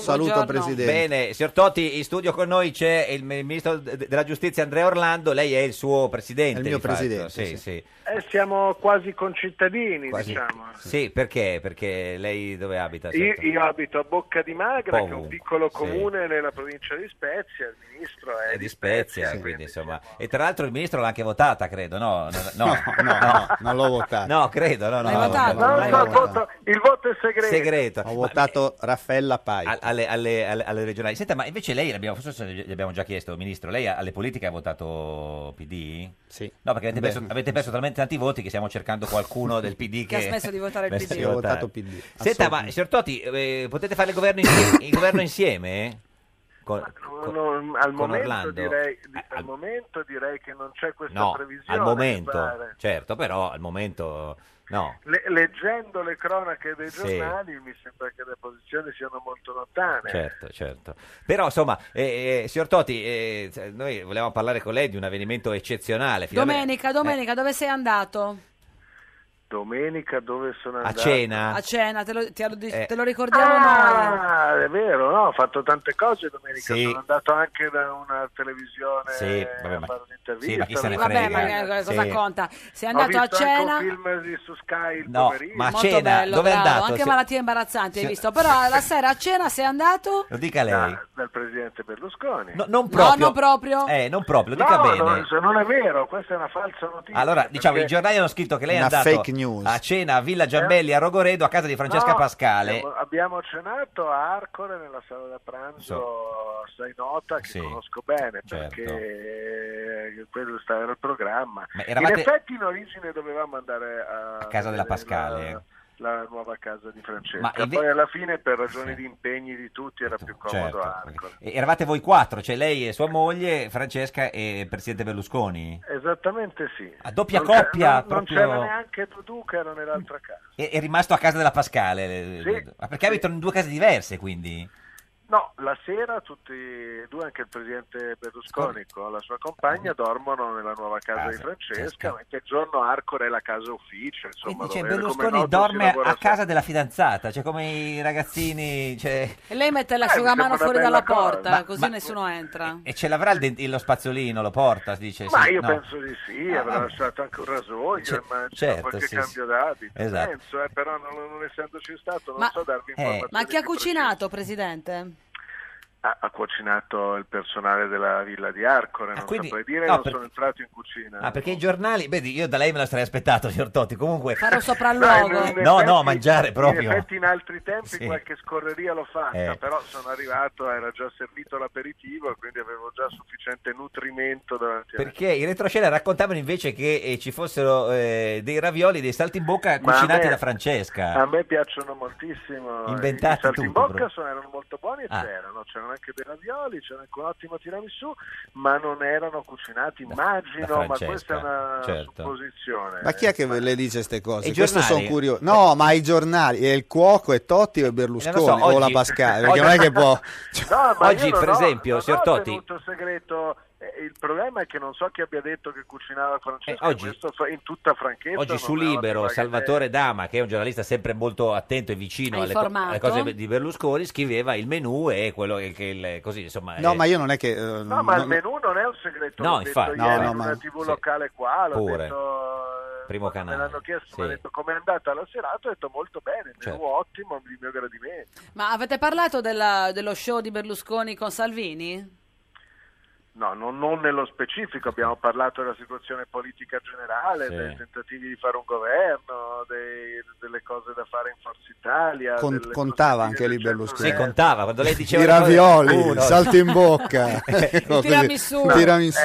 Bene, signor Totti, in studio con noi c'è il mi- ministro de- della giustizia Andrea Orlando, lei è il suo presidente. È il mio di fatto. presidente, Sì, sì. sì. Eh, siamo quasi concittadini, Quasi- diciamo. Sì, perché? Perché lei dove abita? Io, certo? io abito a Bocca di Magra, che è Ovunque, un piccolo sì. comune nella provincia di Spezia, il ministro è È di Spezia, quindi insomma. E tra l'altro il ministro l'ha anche votata, credo, no? No, no, <laughs> no, non l'ho votata. No, credo, no, no. no, no, no, no. il voto è segreto. Segreto. eh, Ho votato Raffaella Pai. A- alle, alle- alle- alle regionali. Senta, ma invece lei, l'abbiamo, forse gli abbiamo già chiesto, ministro, lei alle politiche ha votato PD? Sì. No, perché avete Beh. perso, avete perso talmente tanti voti che stiamo cercando qualcuno del PD che... Che ha smesso di <laughs> votare il smesso PD. di Io ho votare. votato PD, Senta, ma signor Totti, eh, potete fare il governo insieme? il governo insieme? Con- con- Non- al, con momento Orlando? Eh, direi, di- al momento direi che non c'è questa No, previsione. al mi momento, pare. certo, però al momento no. Le- leggendo le cronache dei Sì. giornali mi sembra che le posizioni siano molto lontane. Certo, certo. Però insomma, eh, eh, signor Totti, eh, noi volevamo parlare con lei di un avvenimento eccezionale. finalmente- Domenica, eh. domenica, dove sei andato? Domenica dove sono A andato? cena? A cena, te lo, te lo dic- Eh. te lo ricordiamo noi. Ah, è vero, no? ho fatto tante cose domenica, Sì. sono andato anche da una televisione Sì, vabbè, a ma- Eh, fare un'intervista. sì, ma chi se ne Vabbè, frega. ma eh, cosa Sì. conta? Sei Ho andato a visto ecco anche cena. un film di- su Sky il No, pomeriggio. ma a Molto cena, bello, dove è bravo. andato? Anche Si- malattie imbarazzanti hai si- visto. Però <laughs> la sera a cena sei andato? Lo dica lei. Da- dal presidente Berlusconi. No, non proprio. No, non proprio. Eh, non proprio, lo No, dica bene. non, se non è vero, questa è una falsa notizia. Allora, diciamo, perché- i giornali hanno scritto che lei è Una andato fake news. a cena a Villa Giambelli a Rogoredo a casa di Francesca Eh? No, Pascale. abbiamo- Abbiamo cenato a Arcore nella sala da pranzo assai nota che Sì, conosco bene certo. perché eh, quello sta- era il programma. Ma eravate- In effetti in origine dovevamo andare a, A casa della vedere Pascale. la- La, nuova casa di Francesca. Ma inve- Poi alla fine per ragioni di impegni di tutti era più certo. comodo Arcore. E- eravate voi quattro, cioè lei e sua moglie, Francesca e il presidente Berlusconi. Esattamente sì. A doppia c'era- coppia, non, non proprio- c'era neanche Dudu che era nell'altra casa. E- È rimasto a casa della Pascale. Ma perché abitano in due case diverse, quindi? No, la sera tutti e due, anche il presidente Berlusconi con la sua Eh. compagna, dormono nella nuova casa Casa, di Francesca, certo. mentre il giorno Arcore è la casa ufficio, Dice insomma, dove, come è cioè, Berlusconi noto, si dorme lavora a casa della fidanzata, cioè come i ragazzini, cioè, E lei mette la Eh, mi sua sembra mano una fuori bella dalla cosa. porta, Ma- così ma- nessuno entra. e ce l'avrà il dent- lo spazzolino, lo porta, dice. Eh, Ma sì, io no. penso di sì, Ah, avrà vabbè. lasciato anche un rasoio, Ce- immagino, certo, qualche sì, cambio sì. d'abito. Esatto. Penso, eh, però non, non essendoci stato non Ma- so Eh. darvi informazioni. Ma chi ha cucinato, presidente? Ha, ha cucinato il personale della villa di Arcore, non Ah, quindi- saprei dire, no, non per- sono entrato in cucina. Ah, <laughs> perché i giornali, vedi, io da lei me la sarei aspettato, signor Totti, comunque... <laughs> Fare un No, sopralluogo. in No, effetti- no, mangiare In proprio. effetti in altri tempi Sì. qualche scorreria l'ho fatta, Eh. però sono arrivato, era già servito l'aperitivo e quindi avevo già sufficiente nutrimento davanti a me. Perché in retroscena raccontavano invece che eh, ci fossero eh, dei ravioli, dei saltimbocca Ma a cucinati me- da Francesca. A me piacciono moltissimo. Inventati I saltimbocca tutto, sono, erano molto buoni e Ah. c'erano. C'erano anche dei ravioli, c'era anche un ottimo tiramisù, ma non erano cucinati, immagino, ma Francesca, questa è una certo. supposizione. Ma chi è che ve le dice queste cose? I Questo giornali? sono curioso. No, ma i giornali, è il cuoco, è Totti o è Berlusconi Eh, non lo so, o la oggi- <laughs> Pascale, perché non è che può... No, Ah, ma Oggi, io non per ho- esempio, non signor ho Totti- tenuto segreto. Eh, Il problema è che non so chi abbia detto che cucinava Francesco. Eh, oggi- questo fa- in tutta franchezza. Oggi non su ne ho la più Libero vaga Salvatore Dama, che è un giornalista sempre molto attento e vicino Hai alle, co- informato? alle cose di Berlusconi, scriveva il menù e quello che, che il, così, insomma... No, eh, ma io non è che... eh, No, ma il menù non è un segreto. No, l'ho detto infatti. ieri No, no, in una ma- TV sì. locale qua, l'ho Pure. detto, primo me canale. l'hanno chiesto, Sì. mi hanno detto come è andata la serata, ho detto molto bene, il menù Certo. ottimo, il mio gradimento. Ma avete parlato della- dello show di Berlusconi con Salvini? No, non, non nello specifico, abbiamo parlato della situazione politica generale, Sì. dei tentativi di fare un governo, dei- delle cose da fare in Forza Italia. Con- delle- contava anche lì Berlusconi. Sì, contava, quando lei diceva I le cose- Uh, ravioli, Uno. il salto <laughs> in bocca. <laughs> <laughs> Ecco, così. No, Tiramisù.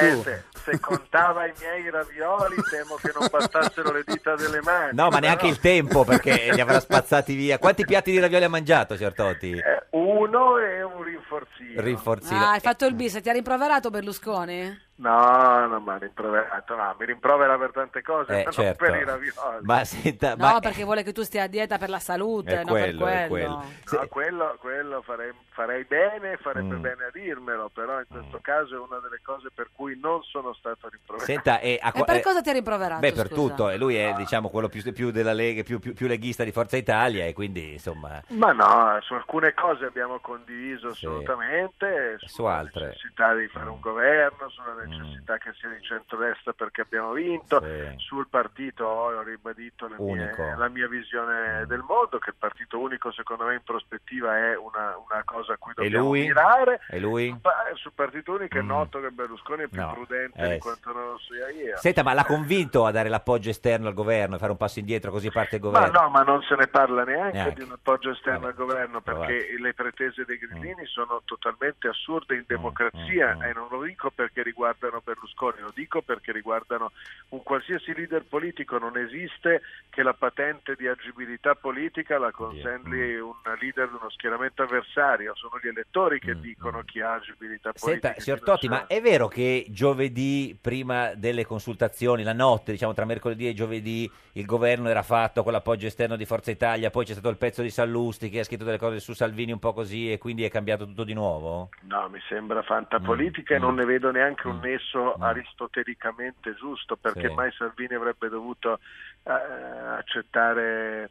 eh, se, se contava i miei ravioli, temo che non bastassero le dita delle mani. No, ma neanche però- il tempo perché li avrà spazzati via. Quanti piatti di ravioli ha mangiato, signor Totti? Eh, Uno e un rinforzino. Rinforzino. Ah, hai fatto il bis, ti ha rimproverato Berlusconi? No, non mi ha rimproverato, no, mi rimprovera per tante cose, Eh, ma non certo. per i ravioli. Ma senta, Ah. No, ma... perché vuole che tu stia a dieta per la salute, È non quello, è per quello. quello. No, Ah, quello, quello farei, farei bene, Mm. farebbe bene a dirmelo, però in questo caso è una delle cose per cui non sono stato rimproverato. Senta, e a E qua- per eh, cosa ti ha rimproverato? Beh, per scusa? tutto, e lui Ah. è diciamo quello più, più della Lega, più, più- più leghista di Forza Italia e quindi insomma Ma no, su alcune cose abbiamo condiviso assolutamente, su altre. necessità di fare un governo, sulla Mm. necessità che sia di centrodestra perché abbiamo vinto, sul partito ho ribadito le mie- Unico. Mm. la mia visione del mondo, che il partito unico secondo me in prospettiva è una, una cosa a cui E dobbiamo lui? mirare. E lui? Mm. Pa- Sul partito unico è noto che Berlusconi è più No. prudente Eh, di sì. quanto non lo sia io. Senta, ma l'ha convinto a dare l'appoggio esterno al governo e fare un passo indietro così parte il Ma governo? no, ma non se ne parla neanche, Neanche. di un appoggio esterno al governo perché provate. le pretese dei grillini Mm. sono totalmente assurde in democrazia e non lo dico perché riguardano Berlusconi, lo dico perché riguardano un qualsiasi leader politico, non esiste che la patente di agibilità politica la consegni mm. un leader di uno schieramento avversario, sono gli elettori Mm, che dicono chi ha agibilità politica. Senta, signor Totti, ma è vero che giovedì, prima delle consultazioni, la notte, diciamo tra mercoledì e giovedì, il governo era fatto con l'appoggio esterno di Forza Italia, poi c'è stato il pezzo di Sallusti che ha scritto delle cose su Salvini un po' così e quindi è cambiato tutto di nuovo? No, mi sembra fantapolitica e non ne vedo neanche un nesso aristotelicamente giusto, perché Sì. mai Salvini avrebbe dovuto eh, accettare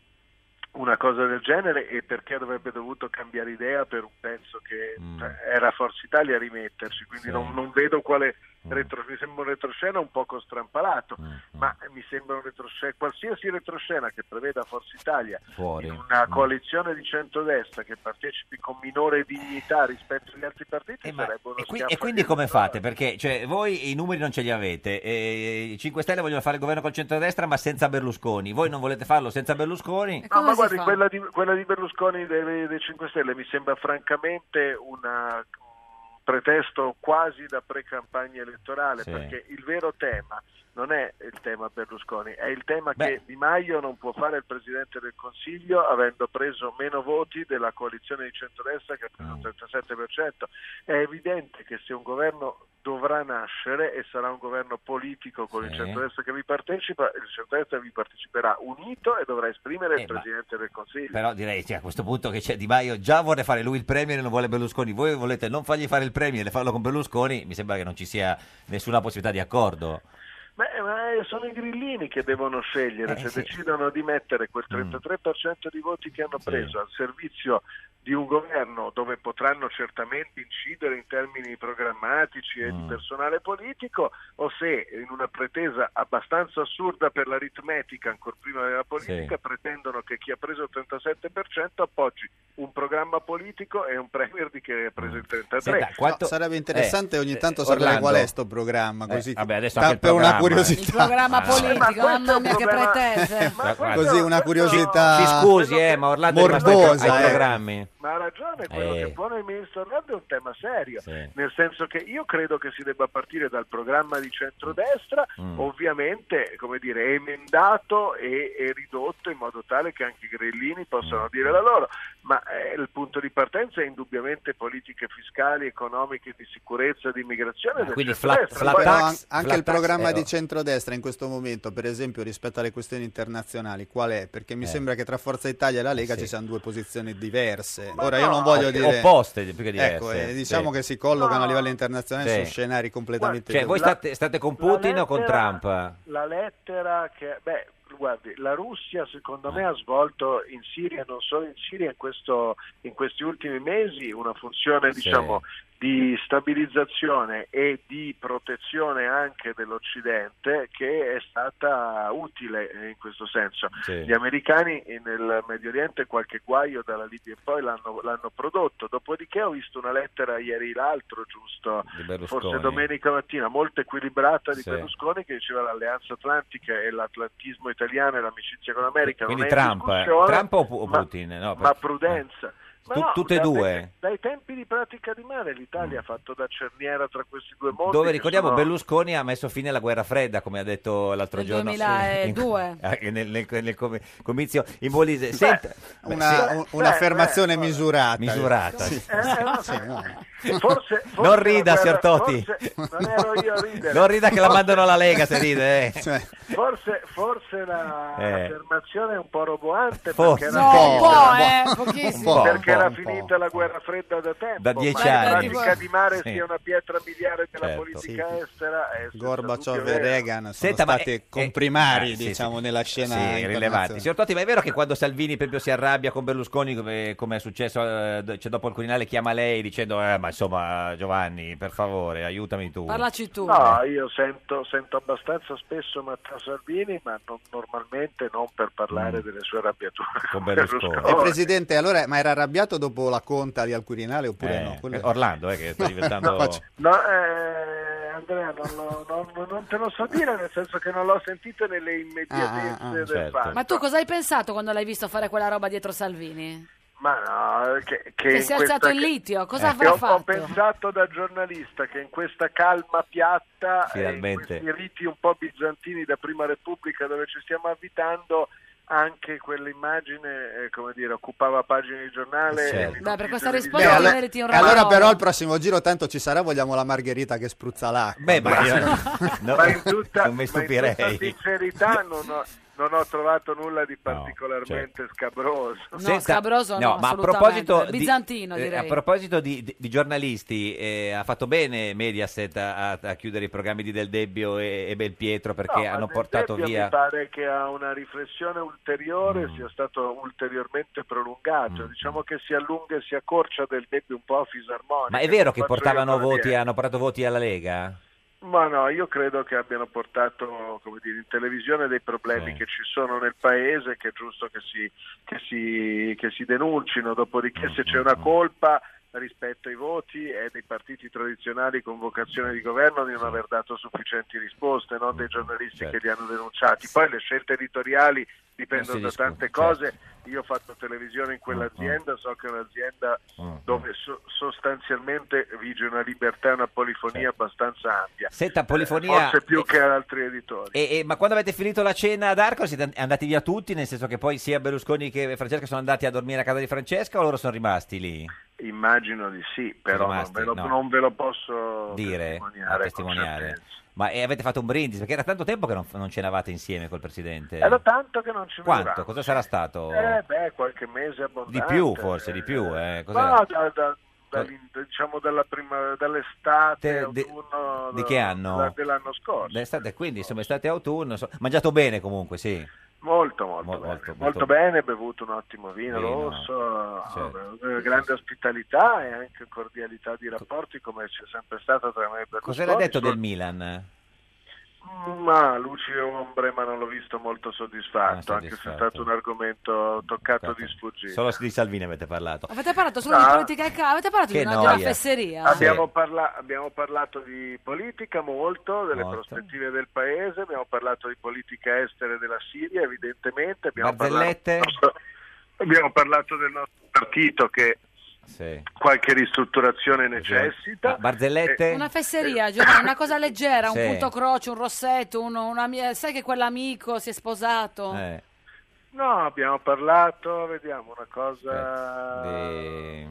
una cosa del genere e perché avrebbe dovuto cambiare idea per un pezzo che cioè, era Forza Italia a rimetterci, quindi Sì. non, non vedo quale retro- mi sembra un retroscena un poco strampalato, ma mi sembra un retroscena, qualsiasi retroscena che preveda Forza Italia Fuori. una coalizione di centrodestra che partecipi con minore dignità rispetto agli altri partiti sarebbe uno Eh, E, qui- schiaffo e quindi come fate? Perché cioè, voi i numeri non ce li avete, e i 5 Stelle vogliono fare il governo col centrodestra ma senza Berlusconi, voi non volete farlo senza Berlusconi? No, ma guardi, quella di, quella di Berlusconi dei, dei 5 Stelle mi sembra francamente uh, una- un pretesto quasi da pre-campagna elettorale, Sì. perché il vero tema non è il tema Berlusconi, è il tema Beh. che Di Maio non può fare il Presidente del Consiglio avendo preso meno voti della coalizione di centrodestra che ha preso Mm. il 37%. È evidente che se un governo dovrà nascere e sarà un governo politico con il Sì. centrodestra che vi partecipa, il centrodestra vi parteciperà unito e dovrà esprimere il Eh, ma- Presidente del Consiglio. Però direi cioè, a questo punto che c'è Di Maio già vuole fare lui il premier e non vuole Berlusconi. Voi volete non fargli fare il premier e farlo con Berlusconi? Mi sembra che non ci sia nessuna possibilità di accordo. Beh, ma eh, sono i grillini che devono scegliere, Eh, se sì. Mm. decidono di mettere quel 33% di voti che hanno preso al servizio di un governo dove potranno certamente incidere in termini programmatici Mm. e di personale politico o se in una pretesa abbastanza assurda per l'aritmetica ancora prima della politica Sì. pretendono che chi ha preso il 37% appoggi un programma politico e un premier di chi ha preso Mm. il 33%. No, sarebbe interessante ogni tanto eh, sapere Orlando. qual è sto programma, Eh, così vabbè, adesso tanto anche il per una programma. curiosità. Il programma Ah, no. politico, Ma questo è mamma un mia, che problema- <laughs> <laughs> pretese. Ma questo- Così una curiosità Ci scusi, eh, ma Orlando è rimasto ai- morbosa, ai eh. programmi. Ma ha ragione, quello Eh. che pone il ministro Orlando è un tema serio, Sì. nel senso che io credo che si debba partire dal programma di centrodestra, Mm. ovviamente come dire, emendato e, e ridotto in modo tale che anche i grellini possano Mm. dire la loro, ma eh, il punto di partenza è indubbiamente politiche fiscali, economiche, di sicurezza, di immigrazione. del quindi Sì, centrodestra. però Poi- an- anche il programma eh, oh. di centrodestra in questo momento, per esempio, rispetto alle questioni internazionali, qual è? Perché mi Eh. sembra che tra Forza Italia e la Lega Sì. ci siano due posizioni diverse. Ora no, io non voglio op- dire opposte, più che diverse, Ecco, eh, diciamo sì. che si collocano a livello internazionale Sì. su scenari completamente Cioè, voi diversi. state, state con Putin o con lettera- Trump? La lettera che... Beh, guardi, la Russia secondo me ha svolto in Siria, non solo in Siria, in, questo- in questi ultimi mesi una funzione, Sì. diciamo, di stabilizzazione e di protezione anche dell'Occidente che è stata utile eh, in questo senso. Sì. Gli americani eh, nel Medio Oriente qualche guaio dalla Libia in poi l'hanno, l'hanno prodotto, dopodiché ho visto una lettera ieri l'altro, giusto, Di Berlusconi. forse domenica mattina, molto equilibrata di Sì. Berlusconi che diceva l'alleanza atlantica e l'atlantismo italiano e l'amicizia con l'America Quindi non è in Trump, eh. discussione, Trump o Pu- ma- Putin? No, per- ma prudenza. Ma Tu- no, tutte e dai- due. Mm. Dai tempi di pratica di mare l'Italia ha fatto da cerniera tra questi due mondi. Dove che ricordiamo sono- Berlusconi ha messo fine alla guerra fredda, come ha detto l'altro Nel giorno. 2002. Sì, <laughs> in- eh, nel, nel- nel com- comizio in Molise. Senta- beh, Una- sì. un- un'affermazione misurata. Misurata. Sì. Eh, no, Sì, no. Forse, forse <laughs> non rida, la signor guerra- Toti. <laughs> forse- non ero io a ridere. Cioè, Non rida che la mandano alla Lega se ride. eh. Forse, forse la Eh. affermazione è un po' roboante. Forse. perché No, era- un po', eh, Un po', pochissimo. un po', Perché un po', era un po'. finita la guerra fredda da tempo. Da dieci ma anni. La pratica di mare Sì. sia una pietra miliare della Certo. politica estera. È senza Gorbaciov dubbio e vero. Reagan sono Senta, ma stati è- è- comprimari ah, sì, diciamo, sì. nella scena Sì, rilevanti. internazionale. Signor Totti, ma è vero che quando Salvini per esempio, si arrabbia con Berlusconi, come, come è successo eh, do- cioè, dopo il Quirinale, chiama lei dicendo: eh, Ma insomma, Giovanni, per favore, aiutami tu. Parlaci No, io sento, sento abbastanza spesso Matteo Salvini, ma non- normalmente non per parlare Mm. delle sue arrabbiature Con Berlusconi. Oh. E presidente, allora, ma era arrabbiato dopo la conta di al Quirinale oppure Eh, no? eh, Orlando, eh, <laughs> che sta diventando- faccio- No, eh, Andrea, non, lo- non- non te lo so dire, nel senso che non l'ho sentito nelle immediatezze Ah, ah, ah, del certo. fatto. Ma tu cosa hai pensato quando l'hai visto fare quella roba dietro Salvini? Ma no, che, che Che in si è alzato questa- il litio, cosa Eh. avrà Ho- Ho fatto? pensato da giornalista che in questa calma piatta, eh, Finalmente. in questi riti un po' bizantini da Prima Repubblica dove ci stiamo abitando, anche quell'immagine, eh, come dire, occupava pagine di giornale. Certo. Beh, per questa Beh, risposta allo- non meriti un e allora ramo. però al prossimo giro tanto ci sarà, vogliamo la margherita che spruzza l'acqua. Beh, ma io- <laughs> no, Ma in tutta, non mi stupirei. ma in tutta sincerità non ho, non ho trovato nulla di particolarmente scabroso. certo. Senta- no, ma a proposito di, eh, a proposito di, di- di giornalisti, eh, ha fatto bene Mediaset a, a- a chiudere i programmi di Del Debbio e, e Belpietro perché No, ma hanno Del portato Debbio via. Mm. Mi pare che a una riflessione ulteriore sia stato ulteriormente prolungato. Diciamo che si allunga e si accorcia del Debbio un po' a fisarmonica. Ma è vero che Faccio io portavano come voti, dire. hanno portato voti alla Lega? Ma no, io credo che abbiano portato come dire, in televisione dei problemi che ci sono nel paese, che è giusto che si, che si, che si denuncino, dopodiché Mm, se c'è una colpa rispetto ai voti è dei partiti tradizionali con vocazione di governo di non aver Certo. dato sufficienti risposte, non dei giornalisti che li hanno denunciati. Poi le scelte editoriali dipendono da Non si tante discute, cose. certo. Io ho fatto televisione in Mm, quell'azienda, so che è un'azienda dove so- sostanzialmente vige una libertà e una polifonia abbastanza ampia. Certo. Eh, Senta, polifonia- Forse più che ad altri editori. E- e- ma quando avete finito la cena ad Arco siete and- andati via tutti, nel senso che poi sia Berlusconi che Francesca sono andati a dormire a casa di Francesca o loro sono rimasti lì? Immagino di sì, però non Rimasti, ve, lo, no. non ve lo posso Dire, a testimoniare. con certezza. testimoniare. Ma eh, avete fatto un brindisi? Perché era tanto tempo che non, non cenavate insieme col Presidente. Era tanto che non ci Quanto? vedevamo. Cosa sarà stato? Eh, beh, qualche mese abbondante. Di più forse, di più. Eh. Cos'era? Eh. Ma da- da- dall'in- diciamo dalla prima, dall'estate, Te- de- autunno, di che anno? da- dell'anno scorso. D'estate, quindi insomma estate e autunno. so- Mangiato bene comunque, sì. Molto, molto, Mo- bene. molto, Molto, molto bene, bevuto un ottimo vino Vino, rosso, certo. eh, grande ospitalità e anche cordialità di rapporti come c'è sempre stata tra me e Berlusconi. Mm, Cosa le ha detto del Milan? Ma luci e ombre, ma non l'ho visto molto soddisfatto, Ah, anche se è soddisfatto. stato un argomento toccato di sfuggita. Solo di Salvini avete parlato. Avete parlato solo di Ah. politica e cava? Avete parlato di Che una, di una noia. fesseria? Abbiamo, parla- abbiamo parlato di politica molto, delle Molto. prospettive del paese, abbiamo parlato di politica estera e della Siria, evidentemente, abbiamo, parlato, Barzellette? abbiamo parlato del nostro partito che Sì. Esatto. qualche ristrutturazione necessita. Eh, Barzellette? Una fesseria, Giovanni, una cosa leggera, Sì. un punto croce, un rossetto, uno- una mia- sai che quell'amico si è sposato? Eh. No, abbiamo parlato, vediamo, una cosa... Eh,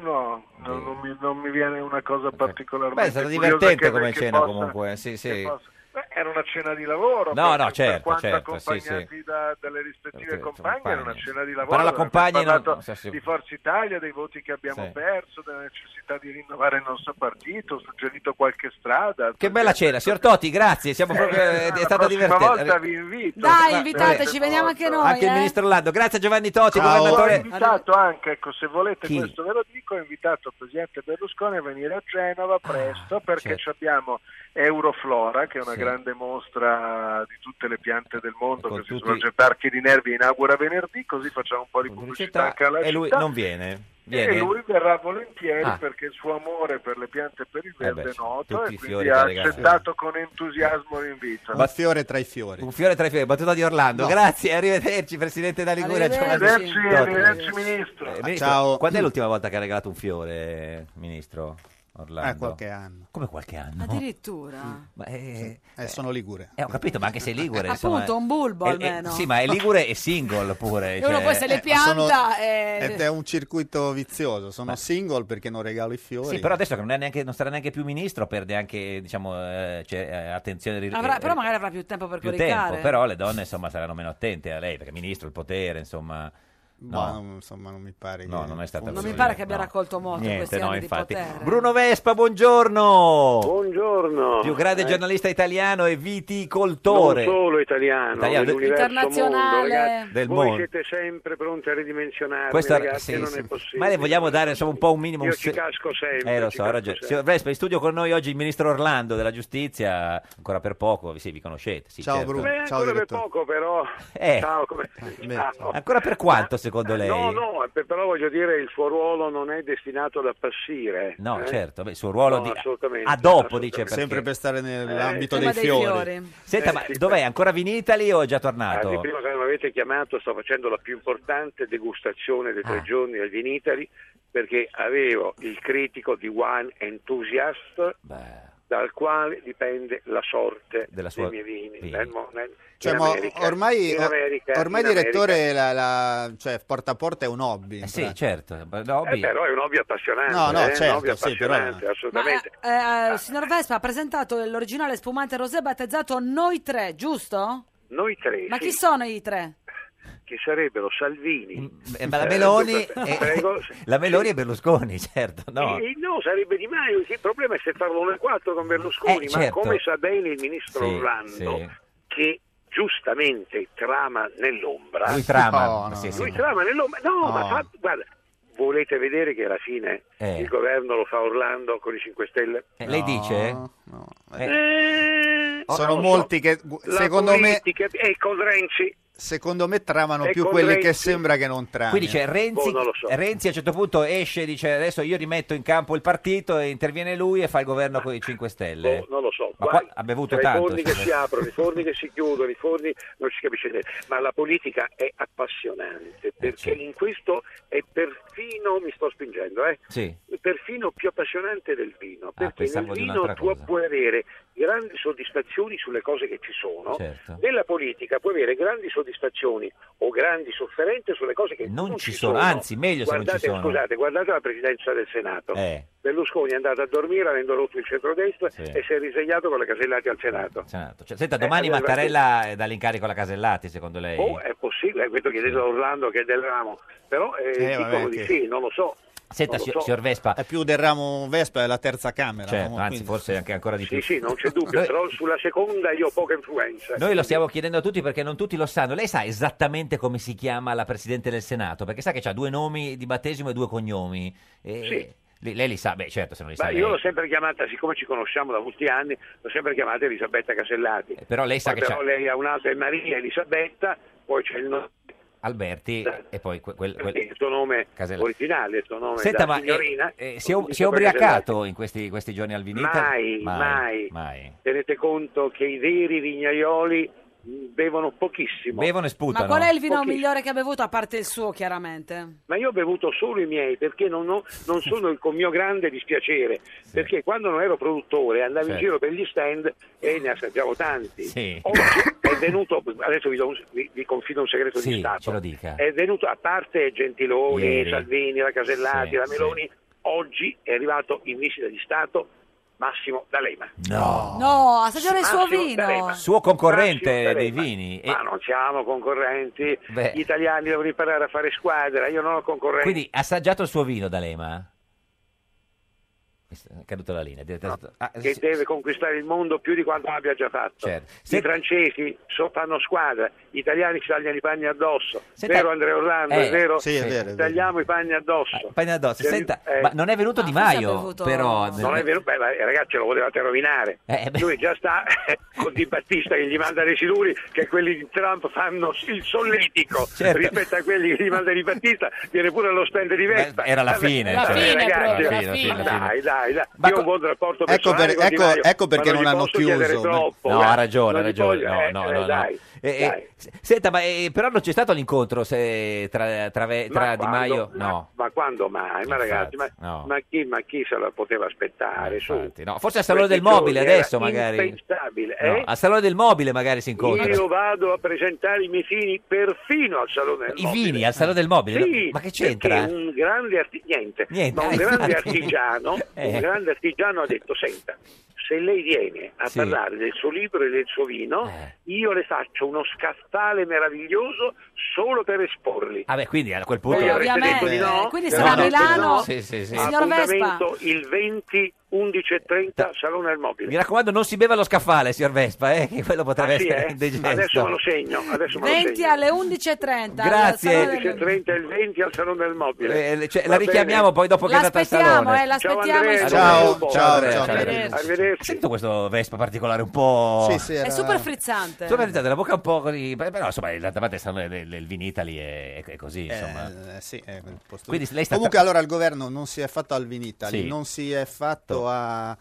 No, non, non mi, non mi viene una cosa particolarmente Beh, è stata curiosa divertente che- come che cena possa- comunque. Sì, che sì. possa- Beh, era una cena di lavoro. No, no, perché per certo, certo, quanto sì, accompagnati sì. da- dalle rispettive Perché, compagne, era una compagne. cena di Però lavoro. la abbiamo compagna non- parlato non so se- di Forza Italia, dei voti che abbiamo Sì. perso, della necessità di rinnovare il nostro partito, ho suggerito qualche strada. Che bella <laughs> cena, signor Totti, grazie. Siamo proprio, Eh, è la stata prossima divertente. volta vi invito. Dai, Ma- invitateci, eh, veniamo anche noi. Anche il eh. ministro Orlando, grazie a Giovanni Totti, Ho governatore. invitato anche, ecco, se volete Chi? questo ve lo dico, ho invitato il presidente Berlusconi a venire a Ah, Genova presto perché ci abbiamo Euroflora, che è una certo. Sì. Ecco, grande mostra di tutte le piante del mondo che si tutti- svolge a Parchi di Nervi, inaugura venerdì, così facciamo un po' di pubblicità anche alla E lui città. non viene. viene. E lui verrà volentieri Ah. Eh perché il suo amore per le piante e per il verde beh, è sì, noto tutti e i quindi fiori ha che regala. accettato con entusiasmo l'invito. Un fiore tra i fiori. Un fiore tra i fiori, battuta di Orlando. No. Grazie, arrivederci, presidente da Liguria. Giovanni Arrivederci, Totti. arrivederci ministro. Eh, ministro, Ciao. Quando è l'ultima volta che ha regalato un fiore, ministro Orlando? Eh, qualche anno. Come qualche anno? Addirittura. Ma eh, eh, sono ligure. Eh, ho capito, ma anche se è <laughs> ligure. insomma, Appunto, un bulbo è- è- almeno. sì, ma è ligure e single pure. <laughs> E uno cioè- poi se le ma sono- pianta eh, Ed è un circuito vizioso, sono single perché non regalo i fiori. Sì, però adesso che non, è neanche, non sarà neanche più ministro, perde anche diciamo, eh, cioè, eh, attenzione. ri- avrà- eh, però magari avrà più tempo per più coricare. tempo, però le donne insomma saranno meno attente a lei, perché ministro, il potere, insomma... Boh, No, insomma, non mi pare. no, non è stata Non così, mi pare che abbia no. raccolto molto in Niente, questi no, anni infatti. di potere. Bruno Vespa, buongiorno! Buongiorno. Più grande Eh, giornalista italiano e viticoltore. Non solo italiano, Italiano, del- dell'universo Internazionale. mondo, ragazzi. Del Voi mondo. siete sempre pronti a ridimensionarvi, Questo era- Ah, ragazzi, sì, non sì. è possibile. Ma le vogliamo dare insomma, un po' un minimo. Io un ci se- casco sempre. Eh, lo ci so, ha casco ragione. sempre. Signor Vespa, in studio con noi oggi il ministro Orlando della giustizia, ancora per poco, sì, vi conoscete. sì, certo. Beh, ancora per poco però. Eh. Ciao, come- ciao. Ancora per quanto secondo lei? No, no, per- però voglio dire il suo ruolo non è destinato ad appassire. No, eh? certo, beh, il suo ruolo No, di... assolutamente, a dopo assolutamente. dice perché... Sempre per stare nell'ambito Eh, dei, tema dei fiori. fiori. Senta, Eh, ma sì. dov'è? Ancora Vinitali o è già tornato? Anzi, prima che non avete chiamato, sto facendo la più importante degustazione dei Ah. tre giorni al Vinitali perché avevo il critico di Wine Enthusiast dal quale dipende la sorte Della sua- dei miei vini. vini. Nel mo- nel- Cioè, in ma America. ormai, In America, ormai in direttore, la, la- cioè, porta a porta è un hobby. Eh sì, certo. ma no, America. Eh, però è un hobby appassionante. No, no, eh, è un certo, hobby sì, però- appassionante, assolutamente. Eh, eh, signor Vespa ha presentato l'originale spumante rosé battezzato Noi Tre, giusto? Noi tre, Ma sì, chi sono i tre? che sarebbero Salvini, Eh, ma la eh, Meloni, eh, è... <laughs> prego, la Meloni e Berlusconi, <laughs> certo. No. Eh, no, sarebbe Di Maio. Il problema è se farlo noi quattro con Berlusconi, Eh, ma certo. come sa bene il ministro Sì, Orlando, sì. che giustamente trama nell'ombra. Lui trama, No, no, sì, no. sì. Lui trama nell'ombra. No, No. ma fa- guarda, volete vedere che alla fine Eh. il governo lo fa Orlando con i 5 Stelle? Eh, Lei dice? Eh, Sono non lo so. eh. Eh, molti che, gu- La secondo me, politica- E con Renzi. Secondo me tramano E più con quelli che Renzi? sembra che non tramano. Quindi Boh, c'è Renzi, Renzi a un certo punto esce e dice adesso io rimetto in campo il partito e interviene lui e fa il governo con i 5 Stelle. Boh, non lo so. Ma qua ha Tra bevuto i tanto. forni che secondo si me. aprono, i forni che si chiudono, i forni non si capisce niente. Ma la politica è Eh, appassionante perché certo. in questo è perfino, mi sto spingendo, eh, Sì. perfino più appassionante del vino, perché Ah, pensavo nel di vino un'altra tu cosa. puoi avere grandi soddisfazioni sulle cose che ci sono, Certo. nella politica puoi avere grandi soddisfazioni o grandi sofferenze sulle cose che Non non, ci sono, anzi, meglio se non ci Guardate, sono. Scusate, guardate la presidenza del Senato. Eh. Berlusconi è andato a dormire avendo rotto il centrodestra Sì. e si è risvegliato con le casellate al Senato. Senato. Cioè, senta, Eh, domani allora- Mattarella dà l'incarico alla Casellati, secondo Cioè, lei? Oh, è possibile, è questo chiedete a Orlando che è del ramo, però eh, Eh, vabbè, dicono di che- sì, non lo so. Senta, Non lo signor, so. signor Vespa, È più del ramo Vespa, è la terza camera. Certo, no? anzi, Quindi- forse anche ancora di più. Sì, sì, non c'è dubbio, Noi- però sulla seconda io ho poca influenza. Noi lo stiamo chiedendo a tutti perché non tutti lo sanno. Lei sa esattamente come si chiama la Presidente del Senato? Perché sa che ha due nomi di battesimo e due cognomi. E- Sì. Lei, lei li sa? Beh, certo, se non li sa Ma lei. io l'ho sempre chiamata, siccome ci conosciamo da molti anni, l'ho sempre chiamata Elisabetta Casellati. Eh, però lei sa Poi che però c'ha- lei ha un'altra è Maria Elisabetta, poi c'è il, no- Alberti e poi que- quel... quel- il suo nome Casella- originale, il suo nome Senta, da ma, eh, signorina. eh, si, è, si è Elisabetta Casellati. ubriacato in questi, questi giorni al Vinita? Mai, mai. Tenete conto che i veri vignaioli mh, bevono pochissimo. Bevono e sputano. Ma qual è il vino Pochissimo. migliore che ha bevuto, a parte il suo, chiaramente? Ma io ho bevuto solo i miei perché non, ho- non sono il, con mio grande dispiacere. Perché quando non ero produttore andavo in Certo. giro per gli stand e ne assaggiavo tanti. Sì. Oggi è venuto, adesso vi, do un- vi- vi confido un segreto Sì, di Stato. ce lo dica. È venuto, a parte Gentiloni, Ieri. Salvini, la Casellati, Sì, la sì. Meloni, oggi è arrivato in visita di Stato Massimo D'Alema. No. No, assaggiare il suo Massimo vino. D'Alema. Suo concorrente Massimo dei D'Alema. vini. E Ma non siamo concorrenti, Beh. gli italiani devono imparare a fare squadra, io non ho concorrenti. quindi ha assaggiato il suo vino, D'Alema? Mi sta- È caduta la linea. Ah, che sì. deve conquistare il mondo più di quanto abbia già fatto. Certo. I francesi so- fanno squadra, gli italiani ci tagliano i panni addosso. Senta- Vero Andrea Orlando, Eh, è vero? sì, è vero, è vero. Tagliamo i panni addosso. Panna addosso. Cioè, Senta, eh, ma non è venuto Di Maio, però... Non è vero, beh, ma, eh, ragazzi, lo volevate rovinare. Eh, beh. Lui già sta <laughs> con Di Battista che gli manda dei siluri che quelli di Trump fanno il solletico Certo. rispetto a quelli che gli manda Di Battista, viene pure allo stand di Vespa. era la Vabbè, fine, vabbè, cioè, era la ragazzi, fine, la fine, la ma fine. Dai, dai, dai. Ma Io ho co- un buon rapporto Ecco, personale per- con Di ecco- Maio, ecco ma perché gli non hanno posso chiedere chiuso. troppo, No, eh. ha ragione, Non ha gli ragione. voglio- No, eh, no, eh, no, no. dai, Eh, eh, dai. s- senta, ma eh, però non c'è stato l'incontro se tra, tra, ve- Ma tra Di quando- Maio... ma- No. Ma, quando mai? Ma Infatti, ragazzi, ma, no. ma chi, ma chi se la poteva aspettare? Su. no. Forse al Salone Questi del Mobile giorni adesso era magari. impensabile, No, eh? al Salone del Mobile magari si incontra. Io vado a presentare i miei figli perfino al Salone del I Mobile. vini al Salone del Mobile? Sì, ma che c'entra? perché un grande arti- niente, Niente, ma eh, un grande infatti. artigiano, <laughs> Eh. un grande artigiano ha detto: Senta, se lei viene a Sì. Eh. parlare del suo libro e del suo vino, io le faccio uno scaffale meraviglioso solo per esporli. Ah beh, quindi a quel punto... Voi avrete detto di no, quindi però sarà a no, Milano. no. Sì, sì, sì. Signor Appuntamento il 20, 11 e 30, Salone del Mobile. Mi raccomando, non si beva lo scaffale, signor Vespa, eh, che quello potrebbe Ah, sì, essere eh? indigesto. Adesso me lo segno, adesso me lo 20 segno. alle 11.30. Grazie. al Salone del- 11.30 e il 20 al Salone del Mobile. Eh, cioè, Va la richiamiamo bene? poi dopo che è andata al L'aspettiamo, salone. eh, l'aspettiamo, Ciao, Allora, Andrea. Ciao, ciao, Andrea, ciao, arrivederci. Andrea. Ha sentito questo Vespa particolare un po'... Sì, sì, È super frizzante. Tu la bocca un po' così, beh, però insomma, d'altra parte stanno del, del Vinitali è, è così, insomma. Eh, sì, è il posto Quindi di- lei sta- Comunque allora il governo non si è fatto al Vinitali, Sì. non si è fatto a- al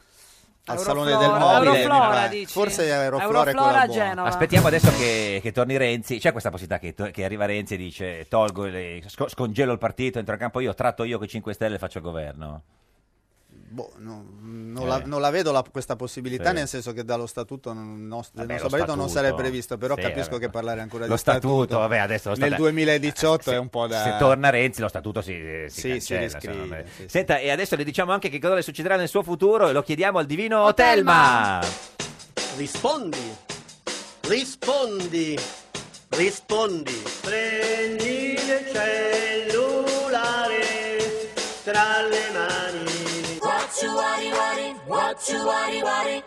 Euroflora, Salone del Mobile. Euroflora, mi pare. dici? Forse Aeroflora è Euroflora quella a buona. Genova. Aspettiamo adesso che, che torni Renzi, c'è questa possibilità che, to- che arriva Renzi e dice tolgo, le- sco- scongelo il partito, entro in campo io, tratto io con i 5 Stelle e faccio il governo. Boh, no, non, Eh. la, non la vedo la- questa possibilità, Sì. nel senso che dallo statuto non- nos- del Vabbè, lo nostro partito statuto. non sarebbe previsto, però Sì, capisco vabbè. che parlare ancora Lo di statuto, vabbè, adesso lo nel statuto- 2018 è un po' da... Se torna Renzi lo statuto si, si Sì, cancella, si riscrive, secondo me. sì, sì. Senta, e adesso le diciamo anche che cosa le succederà nel suo futuro e lo chiediamo al divino Otelma. Rispondi. Rispondi. Rispondi. Prendi il cellulare tra le mani. What you worry, worry, what you worry, worry.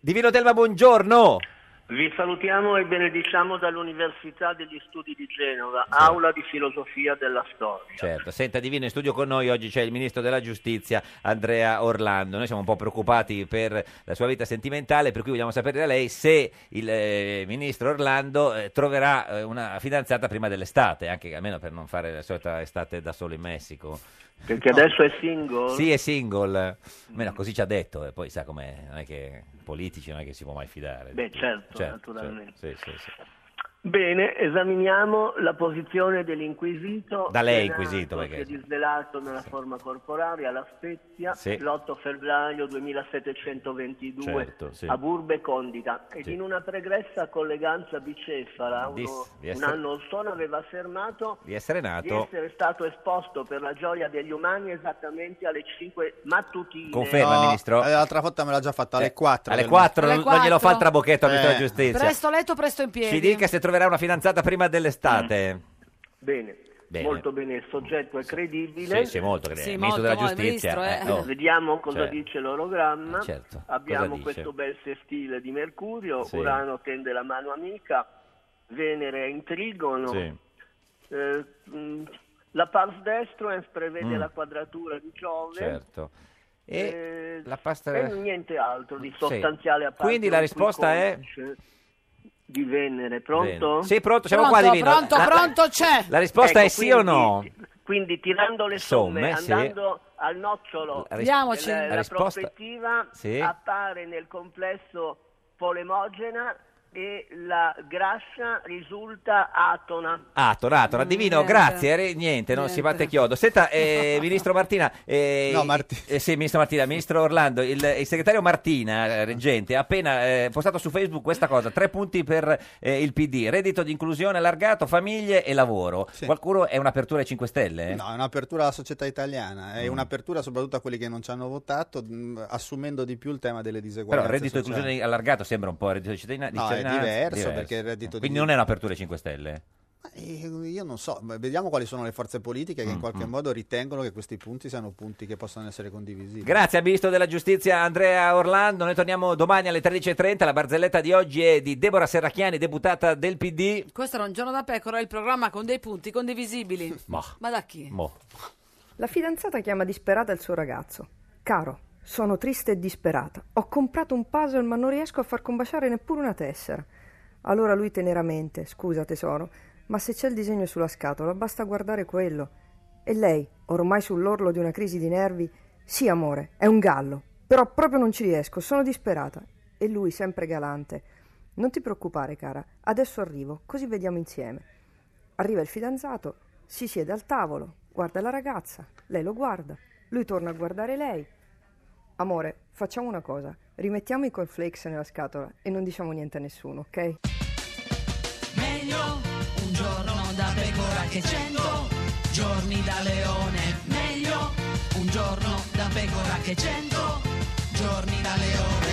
Divino Otelma, buongiorno. Vi salutiamo e benediciamo dall'Università degli Studi di Genova, aula di filosofia della storia. Certo, senta Divino, in studio con noi oggi c'è il ministro della giustizia Andrea Orlando. Noi siamo un po' preoccupati per la sua vita sentimentale, per cui vogliamo sapere da lei se il eh, ministro Orlando eh, troverà eh, una fidanzata prima dell'estate, anche almeno per non fare la solita estate da solo in Messico. Perché No. adesso è single? Mm. Sì, è single, almeno così ci ha detto, e poi sa com'è, non è che politici non è che si può mai fidare. Beh, certo, certo, naturalmente. sì, sì, sì. Bene, esaminiamo la posizione dell'inquisito. Da lei Renato, inquisito, perché- Che è disvelato nella forma corporea alla Spezia Sì. l'8 febbraio 2722 Certo, sì. a Burbe Condita. Ed Sì. in una pregressa colleganza bicefala, uno- Dis- di un essere- anno orsono aveva affermato Di essere di nato, essere stato esposto per la gioia degli umani esattamente alle 5 mattutine. Conferma, No, ministro? eh, l'altra volta me l'ha già fatta alle Eh. Eh, 4. alle del 4 mattino. non- non glielo fa il trabochetto al ministro della giustizia. Presto letto, presto in piedi. ci dica se troverà una fidanzata prima dell'estate. Mm. Bene. Bene. Molto bene, il soggetto è credibile. Sì, sì, molto credibile. Sì, Ministro molto, della molto, giustizia, ministro, eh. eh, oh. Vediamo cosa Cioè, dice l'orogramma. eh, certo, cosa Abbiamo dice? questo bel sestile di Mercurio, Sì. Urano tende la mano amica, Venere è in trigono. Sì. Eh, mh, la pars destruens prevede Mm. la quadratura di Giove. Certo. E Eh, la pasta- e niente altro di Sì. sostanziale a parte Quindi la un qui risposta è- codice Di Venere, pronto? Bene. Sì, pronto, siamo qua, Divino. Pronto, La- pronto, c'è. La risposta Ecco, è sì o quindi- no? Eh, Quindi tirando le somme, Somme, sì. andando al nocciolo, La ris- Andiamoci. della- La la risposta- prospettiva Sì. appare nel complesso polemogena e la grascia risulta atona. Ah, tornato, divino, Niente. grazie, re- niente, non si batte chiodo. Senta, eh, ministro Martina, eh, No, eh, sì, ministro <laughs> Martina, ministro Orlando, il, il segretario Martina, eh, reggente, ha appena eh, postato su Facebook questa cosa, tre punti per eh, il PD, reddito di inclusione allargato, famiglie e lavoro. Qualcuno è un'apertura ai 5 Stelle? No, è un'apertura alla società italiana, è Eh? Mm. un'apertura soprattutto a quelli che non ci hanno votato, mh, assumendo di più il tema delle Però diseguaglianze. il reddito di sociali. inclusione allargato sembra un po' il reddito di cittadina- di cioè No, è cittadinanza. diverso, perché il reddito di- Quindi non è un'apertura ai 5 Stelle? Eh, Io non so, ma vediamo quali sono le forze politiche che Mm, in qualche modo ritengono che questi punti siano punti che possono essere condivisibili. Grazie al ministro della giustizia Andrea Orlando, noi torniamo domani alle 13.30, la barzelletta di oggi è di Deborah Serracchiani, deputata del PD. Questo era un giorno da pecora, il programma con dei punti condivisibili. Ma. Ma da chi? Mo. La fidanzata chiama disperata il suo ragazzo. Caro, sono triste e disperata. Ho comprato un puzzle ma non riesco a far combaciare neppure una tessera. Allora lui teneramente, scusa tesoro, ma se c'è il disegno sulla scatola basta guardare quello. E lei, ormai sull'orlo di una crisi di nervi, sì amore, è un gallo, però proprio non ci riesco, sono disperata. E lui, sempre galante, non ti preoccupare cara, adesso arrivo, così vediamo insieme. Arriva il fidanzato, si siede al tavolo, guarda la ragazza, lei lo guarda, lui torna a guardare lei. Amore, facciamo una cosa, rimettiamo i cornflakes nella scatola e non diciamo niente a nessuno, ok? Meglio un giorno da pecora che cento giorni da leone. Meglio un giorno da pecora che cento giorni da leone.